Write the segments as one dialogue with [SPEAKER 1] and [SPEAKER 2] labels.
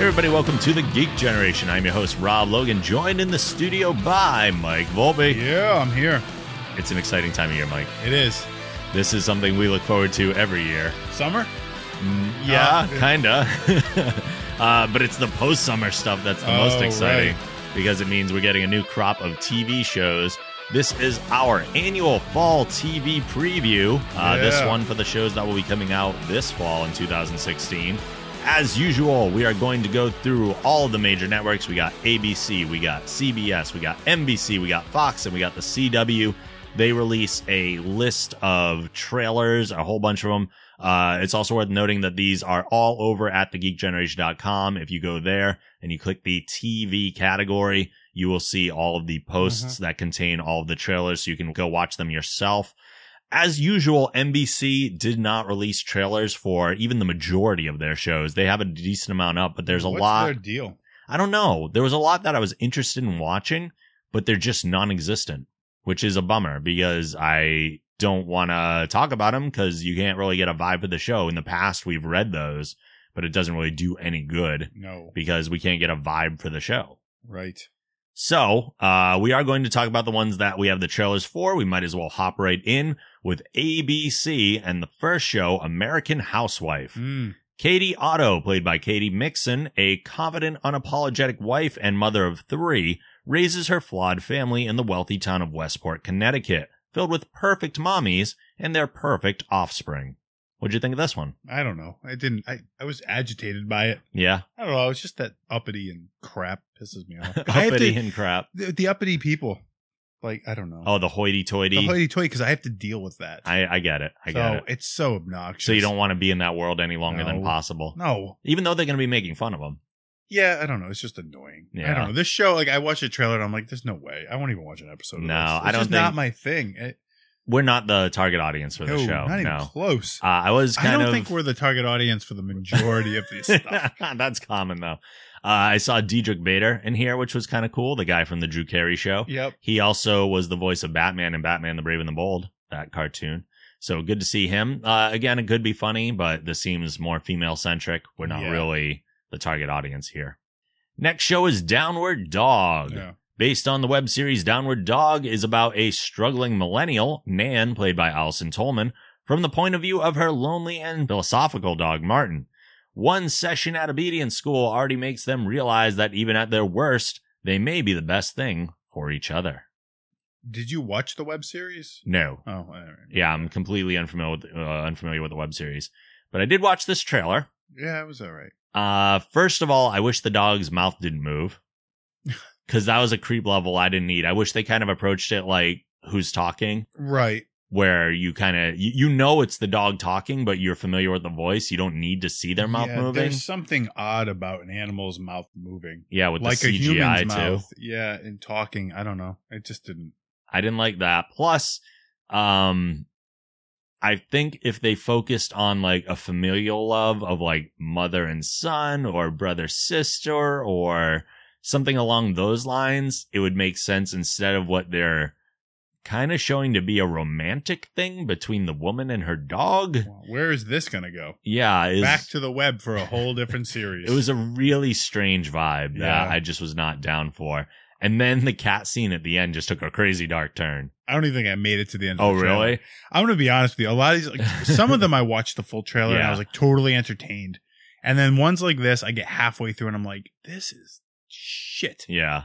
[SPEAKER 1] everybody, welcome to the Geek Generation. I'm your host, Rob Logan, joined in the studio by Mike Volpe.
[SPEAKER 2] Yeah, I'm here.
[SPEAKER 1] It's an exciting time of year, Mike.
[SPEAKER 2] It is
[SPEAKER 1] This is something we look forward to every year.
[SPEAKER 2] summer.
[SPEAKER 1] Mm, Yeah,
[SPEAKER 2] Ah.
[SPEAKER 1] kinda. uh, but it's the post-summer stuff that's the most
[SPEAKER 2] Oh,
[SPEAKER 1] exciting
[SPEAKER 2] right.
[SPEAKER 1] because it means we're getting a new crop of TV shows. This is our annual fall TV preview. Uh, This
[SPEAKER 2] Yeah.
[SPEAKER 1] one for the shows that will be coming out this fall in 2016. As usual, we are going to go through all of the major networks. We got ABC, we got CBS, we got NBC, we got Fox, and we got the CW. They release a list of trailers, a whole bunch of them. Uh, it's also worth noting that these are all over at thegeekgeneration.com. If you go there and you click the TV category, you will see all of the posts
[SPEAKER 2] Mm-hmm.
[SPEAKER 1] that contain all of the trailers so you can go watch them yourself. As usual, NBC did not release trailers for even the majority of their shows. They have a decent amount up, but there's a
[SPEAKER 2] What's
[SPEAKER 1] lot.
[SPEAKER 2] Their deal.
[SPEAKER 1] I don't know. There was a lot that I was interested in watching, but they're just non-existent, which is a bummer because I don't want to talk about them because you can't really get a vibe of the show. In the past, we've read those, but it doesn't really do any good
[SPEAKER 2] No,
[SPEAKER 1] because we can't get a vibe for the show.
[SPEAKER 2] right.
[SPEAKER 1] So, uh, we are going to talk about the ones that we have the trailers for. We might as well hop right in with ABC and the first show, American Housewife.
[SPEAKER 2] Mm.
[SPEAKER 1] Katie Otto, played by Katie Mixon, a confident, unapologetic wife and mother of three, raises her flawed family in the wealthy town of Westport, Connecticut, filled with perfect mommies and their perfect offspring. What'd you think of this one?
[SPEAKER 2] I don't know. I didn't. I, I was agitated by it.
[SPEAKER 1] Yeah.
[SPEAKER 2] I don't know. It's just that uppity and crap pisses me off. I have
[SPEAKER 1] Uppity
[SPEAKER 2] to,
[SPEAKER 1] and crap.
[SPEAKER 2] the, the uppity people. Like I don't know.
[SPEAKER 1] Oh, the hoity
[SPEAKER 2] the
[SPEAKER 1] toity.
[SPEAKER 2] hoity toy because I have to deal with that.
[SPEAKER 1] I, I get it. I
[SPEAKER 2] so
[SPEAKER 1] get it.
[SPEAKER 2] it's so obnoxious.
[SPEAKER 1] So you don't want to be in that world any longer than
[SPEAKER 2] No.
[SPEAKER 1] possible.
[SPEAKER 2] No.
[SPEAKER 1] Even though they're going to be making fun of them.
[SPEAKER 2] Yeah, I don't know. It's just annoying. I
[SPEAKER 1] Yeah.
[SPEAKER 2] don't know. This show, like, I watched a trailer and I'm like, there's no way. I won't even watch an episode.
[SPEAKER 1] No,
[SPEAKER 2] of this. It's
[SPEAKER 1] I don't
[SPEAKER 2] just Not
[SPEAKER 1] think-
[SPEAKER 2] my thing. It,
[SPEAKER 1] We're not the target audience for the
[SPEAKER 2] no,
[SPEAKER 1] show.
[SPEAKER 2] not even
[SPEAKER 1] no.
[SPEAKER 2] close.
[SPEAKER 1] Uh, I was kind
[SPEAKER 2] I don't
[SPEAKER 1] of
[SPEAKER 2] think we're the target audience for the majority of this stuff.
[SPEAKER 1] That's common though. Uh, I saw Diedrich Bader in here, which was kind of cool. The guy from the Drew Carey show.
[SPEAKER 2] Yep.
[SPEAKER 1] He also was the voice of Batman in Batman: The Brave and the Bold, that cartoon. So good to see him. Uh, again, it could be funny, but this seems more female centric. We're not
[SPEAKER 2] Yeah.
[SPEAKER 1] really the target audience here. Next show is Downward Dog.
[SPEAKER 2] Yeah.
[SPEAKER 1] Based on the web series Downward Dog is about a struggling millennial, Nan, played by Alison Tolman, from the point of view of her lonely and philosophical dog, Martin. One session at obedience school already makes them realize that even at their worst, they may be the best thing for each other.
[SPEAKER 2] Did you watch the web series?
[SPEAKER 1] No.
[SPEAKER 2] Oh, all right.
[SPEAKER 1] Yeah, I'm completely unfamiliar with, uh, unfamiliar with the web series. But I did watch this trailer.
[SPEAKER 2] Yeah, it was all right.
[SPEAKER 1] Uh, first of all, I wish the dog's mouth didn't move because that was a creep level I didn't need. I wish they kind of approached it like who's talking,
[SPEAKER 2] Right.
[SPEAKER 1] where you kind of you, you know it's the dog talking, but you're familiar with the voice. You don't need to see their mouth
[SPEAKER 2] Yeah,
[SPEAKER 1] moving.
[SPEAKER 2] There's something odd about an animal's mouth moving,
[SPEAKER 1] Yeah, with
[SPEAKER 2] like
[SPEAKER 1] the
[SPEAKER 2] a
[SPEAKER 1] CGI too.
[SPEAKER 2] human's mouth. Yeah, and talking. I don't know. It just didn't.
[SPEAKER 1] I didn't like that. Plus, um, I think if they focused on like a familial love of like mother and son or brother sister or something along those lines, it would make sense instead of what they're kind of showing to be a romantic thing between the woman and her dog.
[SPEAKER 2] Wow, Where is this gonna go?
[SPEAKER 1] Yeah, is
[SPEAKER 2] Back to the web for a whole different series.
[SPEAKER 1] it was a really strange vibe that
[SPEAKER 2] Yeah.
[SPEAKER 1] I just was not down for. And then the cat scene at the end just took a crazy dark turn.
[SPEAKER 2] I don't even think I made it to the end.
[SPEAKER 1] Oh,
[SPEAKER 2] of the trailer.
[SPEAKER 1] really?
[SPEAKER 2] I'm gonna be honest with you. A lot of these, like, some of them, I watched the full trailer and
[SPEAKER 1] Yeah.
[SPEAKER 2] I was like totally entertained. And then ones like this, I get halfway through and I'm like, this is shit.
[SPEAKER 1] Yeah.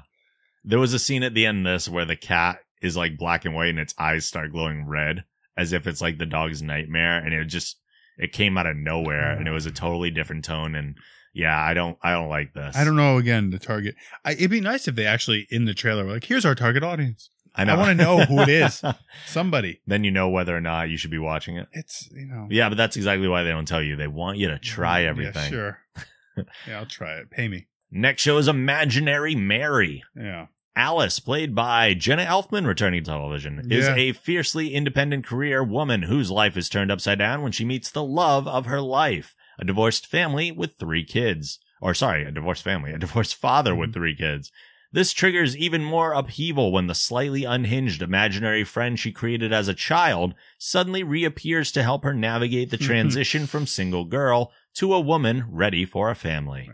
[SPEAKER 1] There was a scene at the end of this where the cat is like black and white and its eyes start glowing red as if it's like the dog's nightmare and it just it came out of nowhere and it was a totally different tone and yeah, I don't I don't like this.
[SPEAKER 2] I don't know. Again, the target. I, it'd be nice if they actually in the trailer were like, here's our target audience.
[SPEAKER 1] I, know.
[SPEAKER 2] I wanna know who it is. Somebody.
[SPEAKER 1] then you know whether or not you should be watching it.
[SPEAKER 2] It's you know.
[SPEAKER 1] Yeah, but that's exactly why they don't tell you. They want you to try everything.
[SPEAKER 2] Mm-hmm. Yeah, sure. yeah, I'll try it. Pay me.
[SPEAKER 1] Next show is Imaginary Mary.
[SPEAKER 2] Yeah.
[SPEAKER 1] Alice, played by Jenna Elfman, returning to television, is
[SPEAKER 2] Yeah.
[SPEAKER 1] a fiercely independent career woman whose life is turned upside down when she meets the love of her life, a divorced family with three kids. Or, sorry, a divorced family, a divorced father with
[SPEAKER 2] Mhm.
[SPEAKER 1] three kids. This triggers even more upheaval when the slightly unhinged imaginary friend she created as a child suddenly reappears to help her navigate the transition from single girl to a woman ready for a family.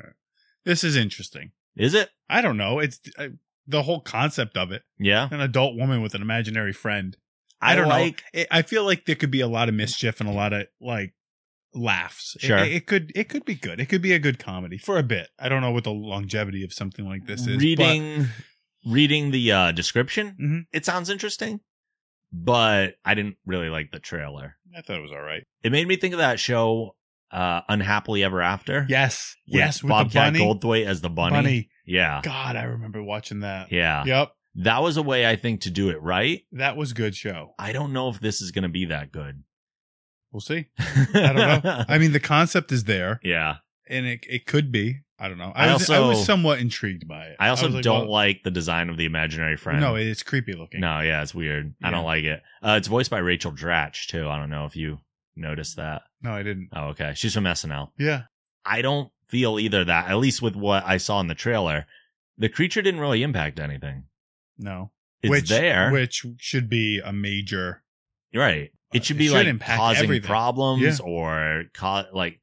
[SPEAKER 2] This is interesting.
[SPEAKER 1] Is it?
[SPEAKER 2] I don't know. It's uh, the whole concept of it.
[SPEAKER 1] Yeah.
[SPEAKER 2] An adult woman with an imaginary friend. I, don't
[SPEAKER 1] like,
[SPEAKER 2] know. It, I feel like there could be a lot of mischief and a lot of like laughs. It-
[SPEAKER 1] Sure.
[SPEAKER 2] It, it could it could be good. It could be a good comedy for a bit. I don't know what the longevity of something like this is.
[SPEAKER 1] reading reading the uh, description.
[SPEAKER 2] Mhm.
[SPEAKER 1] It sounds interesting, but I didn't really like the trailer.
[SPEAKER 2] but I thought it was all right.
[SPEAKER 1] It made me think of that show, uh, Unhappily Ever After.
[SPEAKER 2] Yes.
[SPEAKER 1] with
[SPEAKER 2] yes, with
[SPEAKER 1] Bobcat
[SPEAKER 2] the bunny.
[SPEAKER 1] Goldthwait as the bunny.
[SPEAKER 2] bunny.
[SPEAKER 1] Yeah.
[SPEAKER 2] God, I remember watching that.
[SPEAKER 1] yeah,
[SPEAKER 2] Yep.
[SPEAKER 1] That was a way I think to do it right.
[SPEAKER 2] That was good show.
[SPEAKER 1] I don't know if this is going to be that good.
[SPEAKER 2] We'll see. I don't know. I mean, the concept is there,
[SPEAKER 1] yeah.
[SPEAKER 2] and it it could be. I don't know.
[SPEAKER 1] I
[SPEAKER 2] I, was, I
[SPEAKER 1] also-
[SPEAKER 2] was somewhat intrigued by it.
[SPEAKER 1] I also
[SPEAKER 2] was like,
[SPEAKER 1] don't
[SPEAKER 2] well,
[SPEAKER 1] like the design of the imaginary friend.
[SPEAKER 2] No, it's creepy looking.
[SPEAKER 1] No, yeah, it's weird. I
[SPEAKER 2] Yeah.
[SPEAKER 1] don't like it. Uh, it's voiced by Rachel Dratch too. I don't know if you noticed that.
[SPEAKER 2] no, I didn't.
[SPEAKER 1] Oh, okay. She's from SNL.
[SPEAKER 2] Yeah,
[SPEAKER 1] I don't feel either that, at least with what I saw in the trailer, the creature didn't really impact anything.
[SPEAKER 2] no.
[SPEAKER 1] It's
[SPEAKER 2] which,
[SPEAKER 1] there.
[SPEAKER 2] which should be a major.
[SPEAKER 1] right. It should
[SPEAKER 2] uh, It
[SPEAKER 1] be
[SPEAKER 2] should
[SPEAKER 1] like
[SPEAKER 2] impact
[SPEAKER 1] causing
[SPEAKER 2] everything.
[SPEAKER 1] problems or co- like,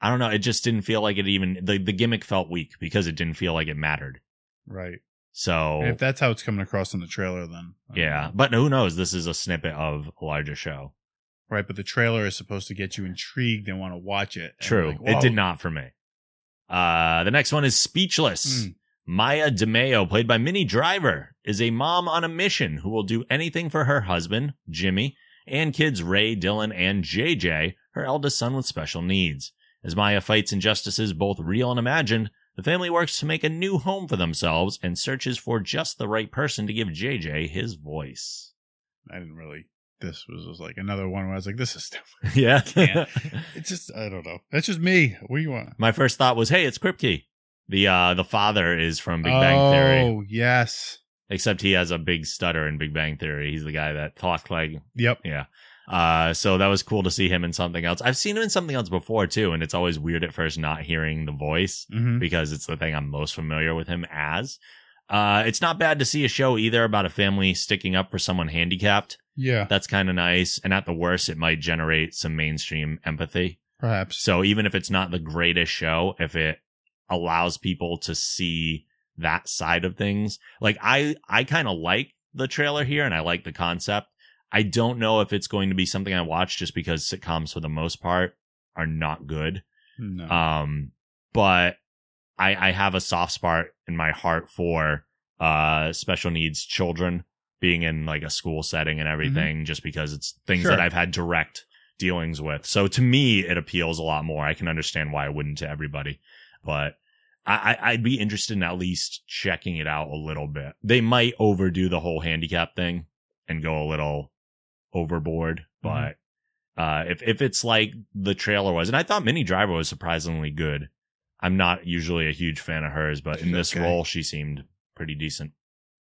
[SPEAKER 1] I don't know. It just didn't feel like it even, the, the gimmick felt weak because it didn't feel like it mattered.
[SPEAKER 2] Right.
[SPEAKER 1] So,
[SPEAKER 2] And if uh, that's how it's coming across in the trailer, then I don't
[SPEAKER 1] yeah.
[SPEAKER 2] know.
[SPEAKER 1] But who knows? This is a snippet of a larger show.
[SPEAKER 2] Right, but the trailer is supposed to get you intrigued and want to watch it. And
[SPEAKER 1] True.
[SPEAKER 2] like,
[SPEAKER 1] it
[SPEAKER 2] whoa.
[SPEAKER 1] did not for me. Uh, the next one is Speechless.
[SPEAKER 2] Mm.
[SPEAKER 1] Maya DeMeo, played by Minnie Driver, is a mom on a mission who will do anything for her husband, Jimmy, and kids Ray, Dylan, and JJ, her eldest son with special needs. As Maya fights injustices both real and imagined, the family works to make a new home for themselves and searches for just the right person to give JJ his voice.
[SPEAKER 2] I didn't really. This was, was like another one where I was like, this is stupid.
[SPEAKER 1] Yeah.
[SPEAKER 2] Can't. It's just, I don't know. That's just me. What do you want?
[SPEAKER 1] My first thought was, hey, it's Kripke. The uh the father is from Big Bang Theory.
[SPEAKER 2] Oh, yes.
[SPEAKER 1] Except he has a big stutter in Big Bang Theory. He's the guy that talked like
[SPEAKER 2] Yep.
[SPEAKER 1] Uh, so that was cool to see him in something else. I've seen him in something else before too, and it's always weird at first not hearing the voice
[SPEAKER 2] Mm-hmm.
[SPEAKER 1] because it's the thing I'm most familiar with him as. Uh, it's not bad to see a show either about a family sticking up for someone handicapped.
[SPEAKER 2] Yeah,
[SPEAKER 1] That's kind of nice. And at the worst, it might generate some mainstream empathy.
[SPEAKER 2] perhaps.
[SPEAKER 1] So even if it's not the greatest show, if it allows people to see that side of things, like I, I kind of like the trailer here and I like the concept. I don't know if it's going to be something I watch just because sitcoms for the most part are not good.
[SPEAKER 2] No.
[SPEAKER 1] Um, but I, I have a soft spot in my heart for, uh, special needs children being in like a school setting and everything just because it's things
[SPEAKER 2] Sure.
[SPEAKER 1] that I've had direct dealings with. So to me, it appeals a lot more. I can understand why it wouldn't to everybody, but I, I, I'd be interested in at least checking it out a little bit. They might overdo the whole handicap thing and go a little overboard,
[SPEAKER 2] Mm-hmm.
[SPEAKER 1] but uh, if if it's like the trailer was, and I thought Minnie Driver was surprisingly good. I'm not usually a huge fan of hers, but in
[SPEAKER 2] She's
[SPEAKER 1] this
[SPEAKER 2] okay.
[SPEAKER 1] role, she seemed pretty decent.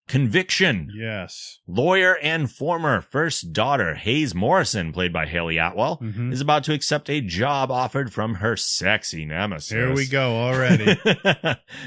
[SPEAKER 1] Conviction.
[SPEAKER 2] yes.
[SPEAKER 1] Lawyer and former first daughter Hayes Morrison, played by Haley Atwell,
[SPEAKER 2] Mhm.
[SPEAKER 1] is about to accept a job offered from her sexy nemesis.
[SPEAKER 2] Here we go already.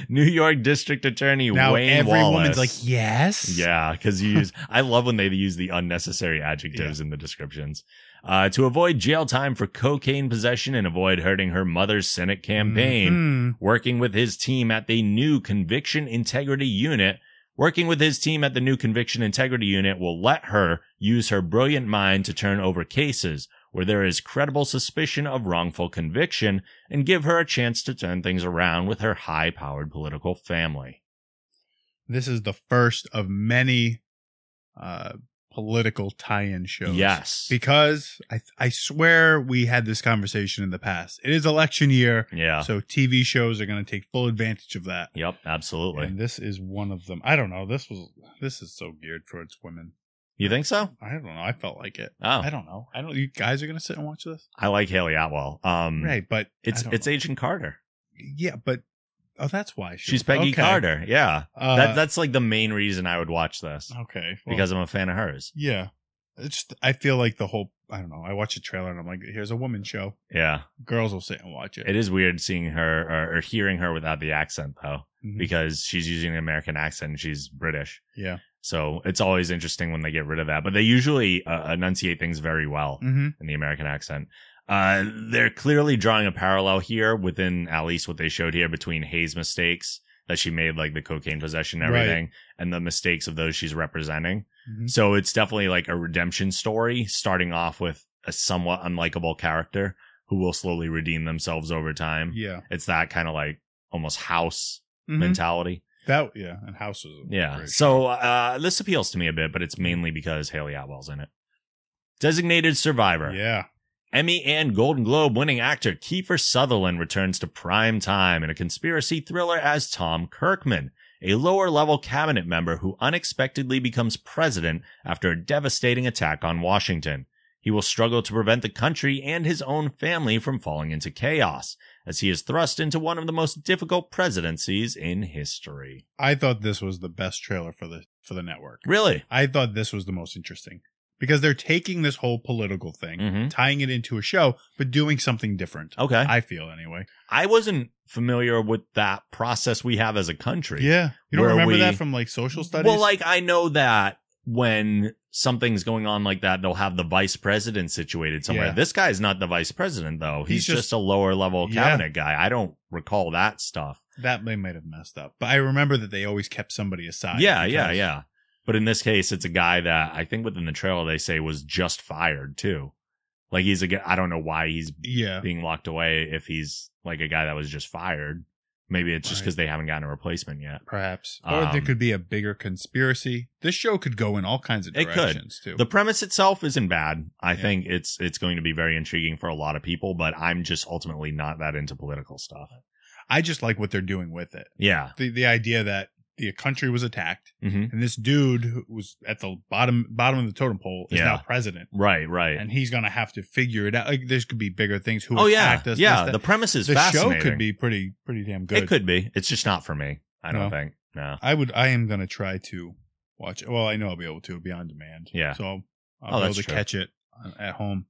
[SPEAKER 1] New York District Attorney
[SPEAKER 2] now
[SPEAKER 1] Wayne
[SPEAKER 2] every
[SPEAKER 1] Wallace.
[SPEAKER 2] woman's like, yes.
[SPEAKER 1] Yeah, because you use. I love when they use the unnecessary adjectives in the descriptions. Uh, to avoid jail time for cocaine possession and avoid hurting her mother's Senate campaign,
[SPEAKER 2] Mhm.
[SPEAKER 1] working with his team at the new Conviction Integrity Unit, working with his team at the new Conviction Integrity Unit will let her use her brilliant mind to turn over cases where there is credible suspicion of wrongful conviction and give her a chance to turn things around with her high powered political family.
[SPEAKER 2] This is the first of many uh, political tie-in shows.
[SPEAKER 1] Yes.
[SPEAKER 2] Because I, I swear we had this conversation in the past. It is election year,
[SPEAKER 1] yeah.
[SPEAKER 2] so TV shows are going to take full advantage of that.
[SPEAKER 1] Yep, absolutely.
[SPEAKER 2] And this is one of them. I don't know. This was this is so geared towards women.
[SPEAKER 1] You think so?
[SPEAKER 2] I don't know. I felt like it.
[SPEAKER 1] Oh,
[SPEAKER 2] I don't know. I don't. You guys are going to sit and watch this,
[SPEAKER 1] I like Haley Atwell. Um,
[SPEAKER 2] right? But I
[SPEAKER 1] it's
[SPEAKER 2] don't
[SPEAKER 1] it's
[SPEAKER 2] know.
[SPEAKER 1] Agent Carter.
[SPEAKER 2] yeah, but oh, that's why she
[SPEAKER 1] She's
[SPEAKER 2] was-
[SPEAKER 1] Peggy
[SPEAKER 2] okay.
[SPEAKER 1] Carter. Yeah,
[SPEAKER 2] Uh,
[SPEAKER 1] that that's like the main reason I would watch this
[SPEAKER 2] okay. well,
[SPEAKER 1] because I'm a fan of hers.
[SPEAKER 2] yeah, it's just, I feel like the whole. I don't know. I watch a trailer and I'm like, here's a woman show.
[SPEAKER 1] Yeah,
[SPEAKER 2] Girls will sit and watch it.
[SPEAKER 1] it is weird seeing her or, or hearing her without the accent though,
[SPEAKER 2] Mhm.
[SPEAKER 1] because she's using an American accent and she's British.
[SPEAKER 2] Yeah.
[SPEAKER 1] So it's always interesting when they get rid of that, but they usually uh, enunciate things very well
[SPEAKER 2] Mm-hmm.
[SPEAKER 1] in the American accent. Uh, they're clearly drawing a parallel here within at least what they showed here between Hayes' mistakes that she made, like the cocaine possession and
[SPEAKER 2] Right.
[SPEAKER 1] everything, and the mistakes of those she's representing.
[SPEAKER 2] Mhm.
[SPEAKER 1] So it's definitely like a redemption story, starting off with a somewhat unlikable character who will slowly redeem themselves over time.
[SPEAKER 2] Mm-hmm. Yeah.
[SPEAKER 1] It's that kind of like almost house
[SPEAKER 2] Mhm.
[SPEAKER 1] mentality.
[SPEAKER 2] That yeah, and houses.
[SPEAKER 1] Yeah. So uh, this appeals to me a bit, but it's mainly because Haley Atwell's in it. Designated survivor.
[SPEAKER 2] yeah,
[SPEAKER 1] Emmy and Golden Globe winning actor Kiefer Sutherland returns to prime time in a conspiracy thriller as Tom Kirkman, a lower level cabinet member who unexpectedly becomes president after a devastating attack on Washington. He will struggle to prevent the country and his own family from falling into chaos as he is thrust into one of the most difficult presidencies in history.
[SPEAKER 2] I thought this was the best trailer for the for the network.
[SPEAKER 1] Really?
[SPEAKER 2] I thought this was the most interesting because they're taking this whole political thing,
[SPEAKER 1] Mm-hmm.
[SPEAKER 2] tying it into a show, but doing something different.
[SPEAKER 1] Okay.
[SPEAKER 2] I feel anyway.
[SPEAKER 1] I wasn't familiar with that process we have as a country.
[SPEAKER 2] Yeah, you don't
[SPEAKER 1] Where
[SPEAKER 2] remember
[SPEAKER 1] we-
[SPEAKER 2] that from like social studies?
[SPEAKER 1] Well, like I know that when something's going on like that, they'll have the vice president situated somewhere.
[SPEAKER 2] Yeah.
[SPEAKER 1] This guy's not the vice president though. He's,
[SPEAKER 2] He's
[SPEAKER 1] just,
[SPEAKER 2] just-
[SPEAKER 1] a lower level
[SPEAKER 2] Yeah.
[SPEAKER 1] cabinet guy. I don't recall that stuff.
[SPEAKER 2] that they might have messed up, but I remember that they always kept somebody aside.
[SPEAKER 1] yeah, yeah,
[SPEAKER 2] Uh, because-
[SPEAKER 1] yeah. But in this case, it's a guy that I think within the trailer they say was just fired too. Like he's a guy. I don't know why he's
[SPEAKER 2] yeah.
[SPEAKER 1] being locked away if he's like a guy that was just fired. Maybe it's just
[SPEAKER 2] Right.
[SPEAKER 1] because they haven't gotten a replacement yet.
[SPEAKER 2] Perhaps, or there
[SPEAKER 1] Um,
[SPEAKER 2] could be a bigger conspiracy. This show could go in all kinds of
[SPEAKER 1] It could.
[SPEAKER 2] directions too.
[SPEAKER 1] The premise itself isn't bad. I
[SPEAKER 2] Yeah.
[SPEAKER 1] think it's it's going to be very intriguing for a lot of people, but I'm just ultimately not that into political stuff.
[SPEAKER 2] I just like what they're doing with it.
[SPEAKER 1] Yeah.
[SPEAKER 2] the the idea that the country was attacked
[SPEAKER 1] hmm
[SPEAKER 2] and this dude who was at the bottom bottom of the totem pole is
[SPEAKER 1] Yeah.
[SPEAKER 2] now president
[SPEAKER 1] Right, right.
[SPEAKER 2] and he's gonna have to figure it out like there could be bigger things who
[SPEAKER 1] oh yeah.
[SPEAKER 2] attacked us
[SPEAKER 1] yeah,
[SPEAKER 2] this,
[SPEAKER 1] the
[SPEAKER 2] that.
[SPEAKER 1] premise is
[SPEAKER 2] the show
[SPEAKER 1] fascinating.
[SPEAKER 2] could be pretty pretty damn good
[SPEAKER 1] It could be. It's just not for me. I don't
[SPEAKER 2] No.
[SPEAKER 1] think. No.
[SPEAKER 2] i would i am gonna try to watch it well i know i'll be able to it'll be on demand
[SPEAKER 1] Yeah.
[SPEAKER 2] so i'll,
[SPEAKER 1] Oh,
[SPEAKER 2] I'll be
[SPEAKER 1] that's
[SPEAKER 2] able to
[SPEAKER 1] true.
[SPEAKER 2] catch it on- at home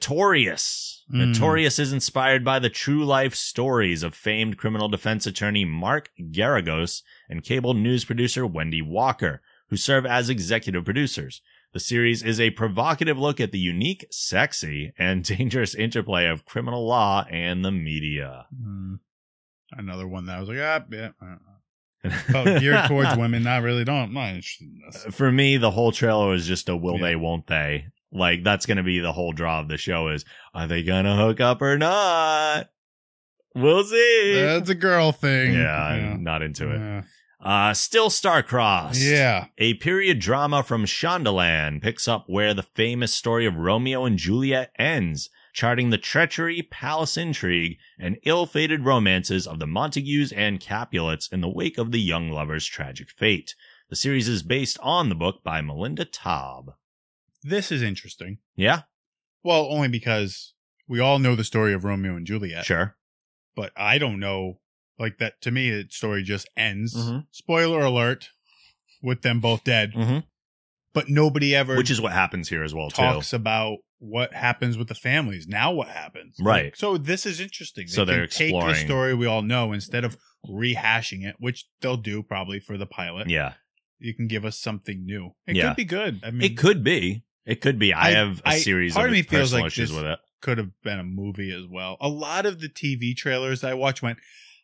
[SPEAKER 1] Notorious.
[SPEAKER 2] Mm.
[SPEAKER 1] Notorious is inspired by the true life stories of famed criminal defense attorney Mark Garagos and cable news producer Wendy Walker, who serve as executive producers. The series is a provocative look at the unique, sexy, and dangerous interplay of criminal law and the media.
[SPEAKER 2] Mm. another one that i was like ah yeah I don't know. but Oh, geared towards women not really don't i'm not interested in this
[SPEAKER 1] for me, the whole trailer is just a will
[SPEAKER 2] Yeah.
[SPEAKER 1] they, won't they? Like that's gonna be the whole draw of the show is are they gonna hook up or not? We'll see.
[SPEAKER 2] that's a girl thing
[SPEAKER 1] Yeah, I'm not into it.
[SPEAKER 2] yeah.
[SPEAKER 1] Uh, still Starcrossed.
[SPEAKER 2] yeah.
[SPEAKER 1] A period drama from Shondaland picks up where the famous story of Romeo and Juliet ends, charting the treachery, palace intrigue, and ill-fated romances of the Montagues and Capulets in the wake of the young lover's tragic fate. The series is based on the book by Melinda Taub.
[SPEAKER 2] this is interesting.
[SPEAKER 1] Yeah,
[SPEAKER 2] Well, only because we all know the story of Romeo and Juliet,
[SPEAKER 1] sure.
[SPEAKER 2] but I don't know. Like that to me, the story just ends.
[SPEAKER 1] Mhm.
[SPEAKER 2] Spoiler alert: with them both dead,
[SPEAKER 1] Mhm.
[SPEAKER 2] but nobody ever
[SPEAKER 1] Which is what happens here as well, too.
[SPEAKER 2] talks about what happens with the families. Now, what happens?
[SPEAKER 1] Right.
[SPEAKER 2] Like, so this is interesting.
[SPEAKER 1] So they're
[SPEAKER 2] can take
[SPEAKER 1] exploring.
[SPEAKER 2] the story we all know instead of rehashing it, which they'll do probably for the pilot.
[SPEAKER 1] Yeah,
[SPEAKER 2] You can give us something new. It
[SPEAKER 1] Yeah.
[SPEAKER 2] could be good. I mean,
[SPEAKER 1] it could be. It could be. I,
[SPEAKER 2] I-
[SPEAKER 1] have a
[SPEAKER 2] I-
[SPEAKER 1] series
[SPEAKER 2] part
[SPEAKER 1] of,
[SPEAKER 2] of me
[SPEAKER 1] personal
[SPEAKER 2] feels like
[SPEAKER 1] issues
[SPEAKER 2] this-
[SPEAKER 1] with it.
[SPEAKER 2] could have been a movie as well. A lot of the TV trailers I watched went,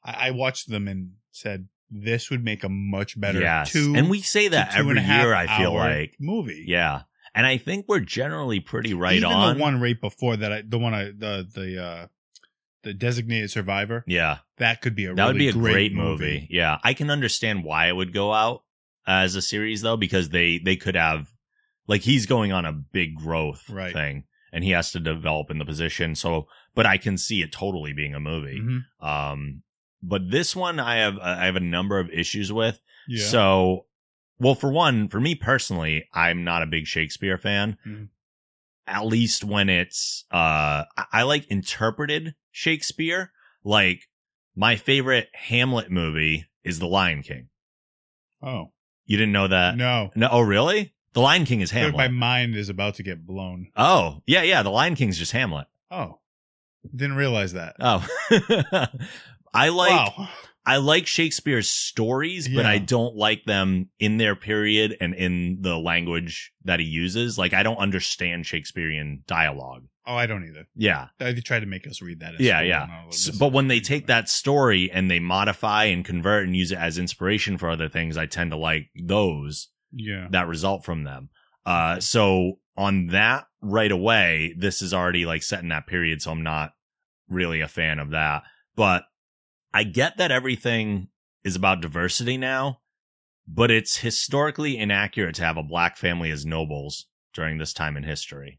[SPEAKER 2] I, I watched them and said this would make a much better
[SPEAKER 1] Yes.
[SPEAKER 2] two
[SPEAKER 1] and we say
[SPEAKER 2] to
[SPEAKER 1] that
[SPEAKER 2] two
[SPEAKER 1] every
[SPEAKER 2] and a half
[SPEAKER 1] year. I feel
[SPEAKER 2] hour
[SPEAKER 1] like
[SPEAKER 2] movie.
[SPEAKER 1] Yeah. And I think we're generally pretty right
[SPEAKER 2] Even
[SPEAKER 1] on.
[SPEAKER 2] the one right before that, I, the one I the the uh, the designated survivor
[SPEAKER 1] yeah.
[SPEAKER 2] that could be a
[SPEAKER 1] That would
[SPEAKER 2] really
[SPEAKER 1] be a great, movie. Yeah. I can understand why it would go out as a series though, because they they could have like he's going on a big growth
[SPEAKER 2] Right.
[SPEAKER 1] thing and he has to develop in the position. So but I can see it totally being a movie.
[SPEAKER 2] Mhm.
[SPEAKER 1] Um but this one I have I have a number of issues with.
[SPEAKER 2] Yeah.
[SPEAKER 1] So, well, for one, for me personally, I'm not a big Shakespeare fan.
[SPEAKER 2] Mhm.
[SPEAKER 1] At least when it's, uh, I, I like interpreted Shakespeare. Like my favorite Hamlet movie is The Lion King.
[SPEAKER 2] oh
[SPEAKER 1] You didn't know that?
[SPEAKER 2] no,
[SPEAKER 1] No- oh, really? The Lion King is Hamlet.
[SPEAKER 2] my mind is about to get blown.
[SPEAKER 1] oh, yeah, yeah. The Lion King's just Hamlet.
[SPEAKER 2] Oh, didn't realize that.
[SPEAKER 1] Oh, I like.
[SPEAKER 2] wow.
[SPEAKER 1] I like Shakespeare's stories, but
[SPEAKER 2] Yeah.
[SPEAKER 1] I don't like them in their period and in the language that he uses. Like I don't understand Shakespearean dialogue.
[SPEAKER 2] Oh, I don't either.
[SPEAKER 1] Yeah.
[SPEAKER 2] They tried to make us read that. at
[SPEAKER 1] Yeah,
[SPEAKER 2] school,
[SPEAKER 1] yeah.
[SPEAKER 2] and all of
[SPEAKER 1] S-
[SPEAKER 2] this.
[SPEAKER 1] but when they take that story and they modify and convert and use it as inspiration for other things, I tend to like those
[SPEAKER 2] yeah,
[SPEAKER 1] that result from them. Uh, so on that right away, this is already like set in that period, so I'm not really a fan of that. But I get that everything is about diversity now, but it's historically inaccurate to have a black family as nobles during this time in history.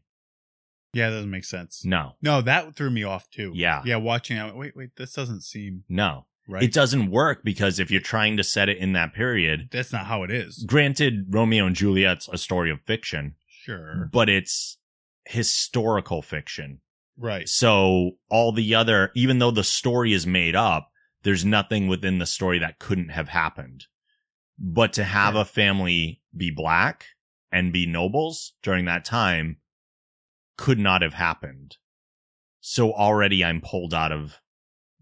[SPEAKER 2] yeah, that doesn't make sense.
[SPEAKER 1] No,
[SPEAKER 2] No, that threw me off too.
[SPEAKER 1] Mm. Yeah.
[SPEAKER 2] yeah. Watching, I went, wait, wait, this doesn't seem
[SPEAKER 1] no.
[SPEAKER 2] right.
[SPEAKER 1] It doesn't work because if you're trying to set it in that period,
[SPEAKER 2] That's not how it is.
[SPEAKER 1] granted, Romeo and Juliet's a story of fiction,
[SPEAKER 2] Sure.
[SPEAKER 1] but it's historical fiction.
[SPEAKER 2] Right.
[SPEAKER 1] So all the other, even though the story is made up, there's nothing within the story that couldn't have happened. But to have a family be black and be nobles during that time could not have happened. So already I'm pulled out of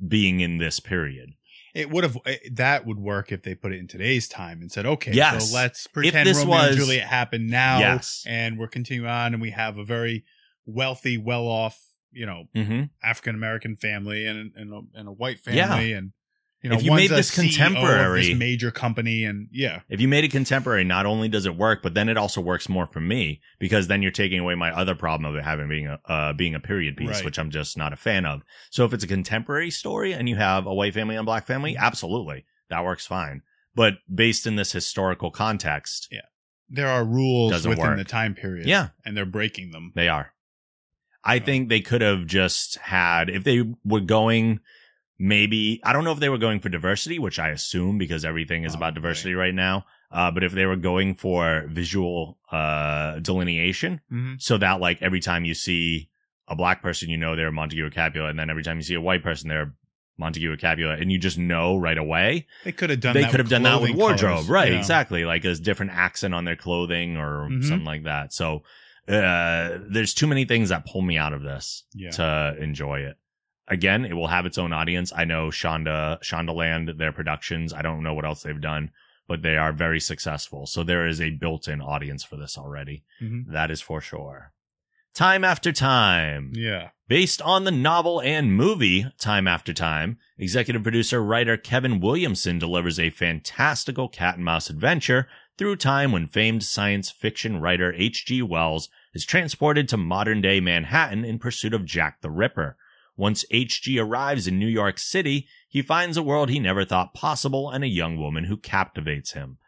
[SPEAKER 1] being in this period.
[SPEAKER 2] It would have it- that would work if they put it in today's time and said, okay,
[SPEAKER 1] Yes.
[SPEAKER 2] so let's pretend
[SPEAKER 1] this
[SPEAKER 2] Romeo
[SPEAKER 1] was-
[SPEAKER 2] and Juliet happened now,
[SPEAKER 1] Yes.
[SPEAKER 2] and we're continuing on, and we have a very wealthy, well-off, you know,
[SPEAKER 1] Mm-hmm.
[SPEAKER 2] African American family and and a, and a white
[SPEAKER 1] Yeah.
[SPEAKER 2] family, and you know,
[SPEAKER 1] If you
[SPEAKER 2] one's
[SPEAKER 1] made
[SPEAKER 2] a
[SPEAKER 1] this
[SPEAKER 2] CEO of
[SPEAKER 1] contemporary-
[SPEAKER 2] this major company, and yeah,
[SPEAKER 1] If you made it contemporary, not only does it work, but then it also works more for me because then you're taking away my other problem of it having being a uh, being a period piece,
[SPEAKER 2] Right.
[SPEAKER 1] which I'm just not a fan of. So if it's a contemporary story and you have a white family and black family,
[SPEAKER 2] Mm-hmm.
[SPEAKER 1] absolutely that works fine. But based in this historical context,
[SPEAKER 2] there are rules
[SPEAKER 1] Doesn't
[SPEAKER 2] within
[SPEAKER 1] work.
[SPEAKER 2] the time period,
[SPEAKER 1] Yeah.
[SPEAKER 2] and they're breaking them.
[SPEAKER 1] they are. I
[SPEAKER 2] Yeah.
[SPEAKER 1] think they could have just had if they were going. Maybe I don't know if they were going for diversity, which I assume because everything is about
[SPEAKER 2] Probably.
[SPEAKER 1] diversity right now. Uh, but if they were going for visual uh, delineation,
[SPEAKER 2] Mm-hmm.
[SPEAKER 1] so that like every time you see a black person, you know they're Montague or Capulet, and then every time you see a white person, they're Montague or Capulet, and you just know right away.
[SPEAKER 2] They could have done.
[SPEAKER 1] they
[SPEAKER 2] that
[SPEAKER 1] could have done that with
[SPEAKER 2] clothing
[SPEAKER 1] wardrobe,
[SPEAKER 2] colors.
[SPEAKER 1] right?
[SPEAKER 2] Yeah.
[SPEAKER 1] Exactly, like a different accent on their clothing or
[SPEAKER 2] Mhm.
[SPEAKER 1] something like that. So uh, there's too many things that pull me out of this
[SPEAKER 2] Yeah.
[SPEAKER 1] to enjoy it. Again, it will have its own audience. I know Shonda Shondaland, their productions. I don't know what else they've done, but they are very successful. So there is a built-in audience for this already.
[SPEAKER 2] Mhm.
[SPEAKER 1] That is for sure. Time after time.
[SPEAKER 2] Yeah.
[SPEAKER 1] Based on the novel and movie Time After Time, executive producer writer Kevin Williamson delivers a fantastical cat and mouse adventure through time when famed science fiction writer H.G. Wells is transported to modern day Manhattan in pursuit of Jack the Ripper. Once H.G. arrives in New York City, he finds a world he never thought possible and a young woman who captivates him.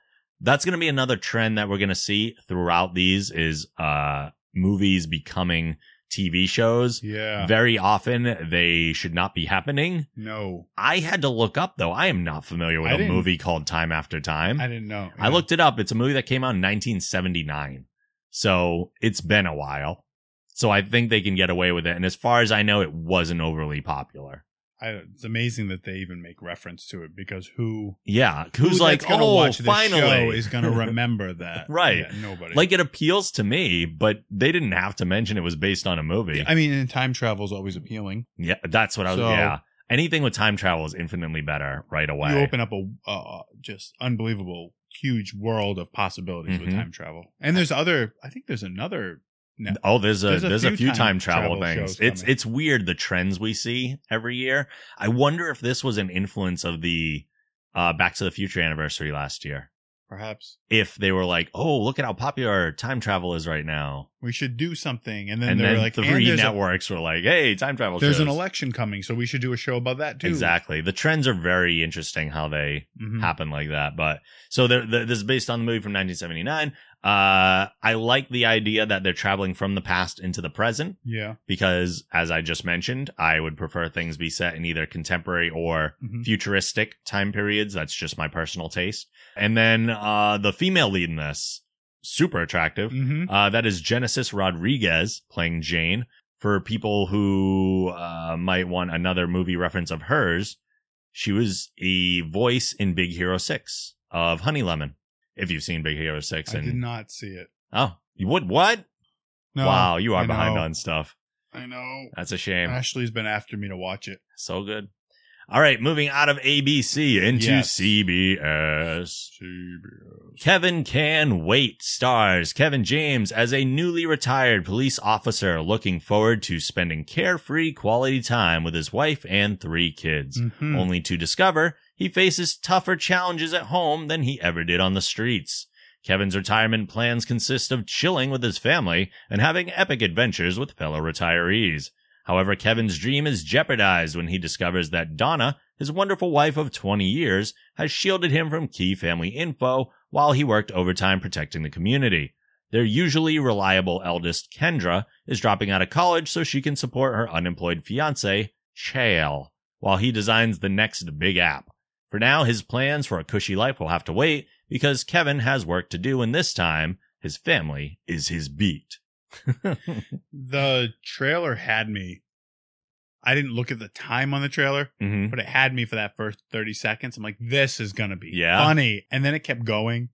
[SPEAKER 1] That's going to be another trend that we're going to see throughout these is uh movies becoming TV shows.
[SPEAKER 2] Yeah.
[SPEAKER 1] Very often they should not be happening.
[SPEAKER 2] no,
[SPEAKER 1] I had to look up though. I am not familiar with
[SPEAKER 2] I
[SPEAKER 1] a
[SPEAKER 2] didn't-
[SPEAKER 1] movie called Time After Time.
[SPEAKER 2] I
[SPEAKER 1] I,
[SPEAKER 2] didn't know. Yeah.
[SPEAKER 1] looked it up. It's a movie that came out in 1979. So it's been a while. So I think they can get away with it. And as far as I know, it wasn't overly popular.
[SPEAKER 2] I, it's amazing that they even make reference to it because who
[SPEAKER 1] Yeah. Who's
[SPEAKER 2] who that's
[SPEAKER 1] like,
[SPEAKER 2] gonna
[SPEAKER 1] oh,
[SPEAKER 2] watch this
[SPEAKER 1] finally.
[SPEAKER 2] show is going to remember that,
[SPEAKER 1] Right.
[SPEAKER 2] Yeah, nobody.
[SPEAKER 1] like it appeals to me, but they didn't have to mention it was based on a movie.
[SPEAKER 2] I mean, and time travel is always appealing.
[SPEAKER 1] yeah. That's what I was.
[SPEAKER 2] So-
[SPEAKER 1] yeah. Anything with time travel is infinitely better right away.
[SPEAKER 2] You open up a uh, just unbelievable, huge world of possibilities
[SPEAKER 1] Mhm.
[SPEAKER 2] with time travel. And there's other. I think there's another. No,
[SPEAKER 1] Oh, there's a there's a few, time, travel,
[SPEAKER 2] travel
[SPEAKER 1] things.
[SPEAKER 2] shows
[SPEAKER 1] It's
[SPEAKER 2] coming.
[SPEAKER 1] it's weird the trends we see every year. I wonder if this was an influence of the uh, Back to the Future anniversary last year.
[SPEAKER 2] perhaps
[SPEAKER 1] If they were like, "Oh, look at how popular time travel is right now,"
[SPEAKER 2] we should do something, and then
[SPEAKER 1] and
[SPEAKER 2] they're
[SPEAKER 1] then
[SPEAKER 2] like, and
[SPEAKER 1] three
[SPEAKER 2] there's, a-
[SPEAKER 1] networks were like, "Hey, time travel."
[SPEAKER 2] there's an
[SPEAKER 1] shows."
[SPEAKER 2] election coming, so we should do a show about that too.
[SPEAKER 1] Exactly. The trends are very interesting. How they
[SPEAKER 2] Mhm.
[SPEAKER 1] happen like that. But so they're, th this is based on the movie from 1979. Uh, I like the idea that they're traveling from the past into the present
[SPEAKER 2] Yeah.
[SPEAKER 1] because, as I just mentioned, I would prefer things be set in either contemporary or
[SPEAKER 2] Mhm.
[SPEAKER 1] futuristic time periods. That's just my personal taste. And then uh, the female lead in this, super attractive.
[SPEAKER 2] Mhm.
[SPEAKER 1] Uh, that is Genesis Rodriguez playing Jane. For people who uh, might want another movie reference of hers, she was a voice in Big Hero 6 of Honey Lemon. If you've seen Big Hero 6
[SPEAKER 2] I
[SPEAKER 1] and
[SPEAKER 2] did not see it.
[SPEAKER 1] oh, you would what?
[SPEAKER 2] No,
[SPEAKER 1] wow, you are
[SPEAKER 2] I
[SPEAKER 1] behind
[SPEAKER 2] know.
[SPEAKER 1] on stuff.
[SPEAKER 2] I know.
[SPEAKER 1] That's a shame.
[SPEAKER 2] Ashley's been after me to watch it.
[SPEAKER 1] So good. All right, moving out of ABC into
[SPEAKER 2] Yes.
[SPEAKER 1] CBS. Kevin Can Wait stars Kevin James as a newly retired police officer looking forward to spending carefree quality time with his wife and three kids,
[SPEAKER 2] Mhm.
[SPEAKER 1] only to discover he faces tougher challenges at home than he ever did on the streets. Kevin's retirement plans consist of chilling with his family and having epic adventures with fellow retirees. However, Kevin's dream is jeopardized when he discovers that Donna, his wonderful wife of 20 years, has shielded him from key family info while he worked overtime protecting the community. Their usually reliable eldest, Kendra, is dropping out of college so she can support her unemployed fiance, Chael, while he designs the next big app. For now, his plans for a cushy life will have to wait because Kevin has work to do, and this time, his family is his beat. Mm-hmm.
[SPEAKER 2] The trailer had me. I didn't look at the time on the trailer,
[SPEAKER 1] hmm
[SPEAKER 2] but it had me for that first 30 seconds. I'm like, this is going to be
[SPEAKER 1] Yeah.
[SPEAKER 2] funny. And then it kept going.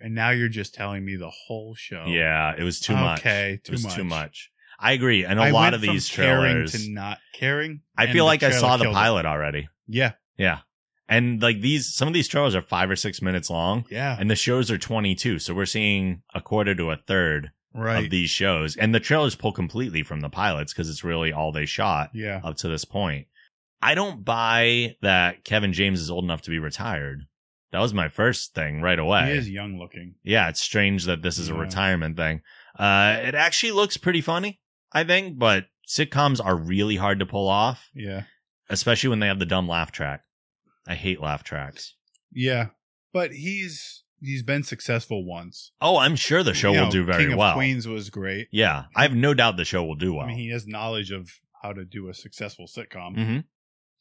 [SPEAKER 2] And now you're just telling me the whole show.
[SPEAKER 1] Yeah, it was too much.
[SPEAKER 2] Oh. Okay,
[SPEAKER 1] it
[SPEAKER 2] too
[SPEAKER 1] was
[SPEAKER 2] much.
[SPEAKER 1] too much. I agree. And a
[SPEAKER 2] I
[SPEAKER 1] lot
[SPEAKER 2] went
[SPEAKER 1] of
[SPEAKER 2] from
[SPEAKER 1] these
[SPEAKER 2] caring
[SPEAKER 1] trailers,
[SPEAKER 2] to not caring.
[SPEAKER 1] I
[SPEAKER 2] and
[SPEAKER 1] feel
[SPEAKER 2] the
[SPEAKER 1] like I
[SPEAKER 2] trailer
[SPEAKER 1] saw the
[SPEAKER 2] killed it.
[SPEAKER 1] pilot already.
[SPEAKER 2] Yeah.
[SPEAKER 1] Yeah. And like these, some of these trailers are five or six minutes long,
[SPEAKER 2] Yeah.
[SPEAKER 1] and the shows are 22. So we're seeing a quarter to a third
[SPEAKER 2] right.
[SPEAKER 1] of these shows. And the trailers pull completely from the pilots because it's really all they shot
[SPEAKER 2] yeah.
[SPEAKER 1] up to this point. I don't buy that Kevin James is old enough to be retired. That was my first thing right away.
[SPEAKER 2] He is young looking.
[SPEAKER 1] yeah, it's strange that this is a
[SPEAKER 2] Yeah.
[SPEAKER 1] retirement thing. Uh, it actually looks pretty funny, I think, but sitcoms are really hard to pull off,
[SPEAKER 2] Yeah.
[SPEAKER 1] especially when they have the dumb laugh track. I hate laugh tracks.
[SPEAKER 2] Yeah. But he's he's been successful once.
[SPEAKER 1] Oh, I'm sure the show
[SPEAKER 2] You
[SPEAKER 1] will
[SPEAKER 2] know,
[SPEAKER 1] do very
[SPEAKER 2] King
[SPEAKER 1] well.
[SPEAKER 2] Of Queens was great.
[SPEAKER 1] Yeah, I have no doubt the show will do well.
[SPEAKER 2] I mean, he has knowledge of how to do a successful sitcom.
[SPEAKER 1] Mhm.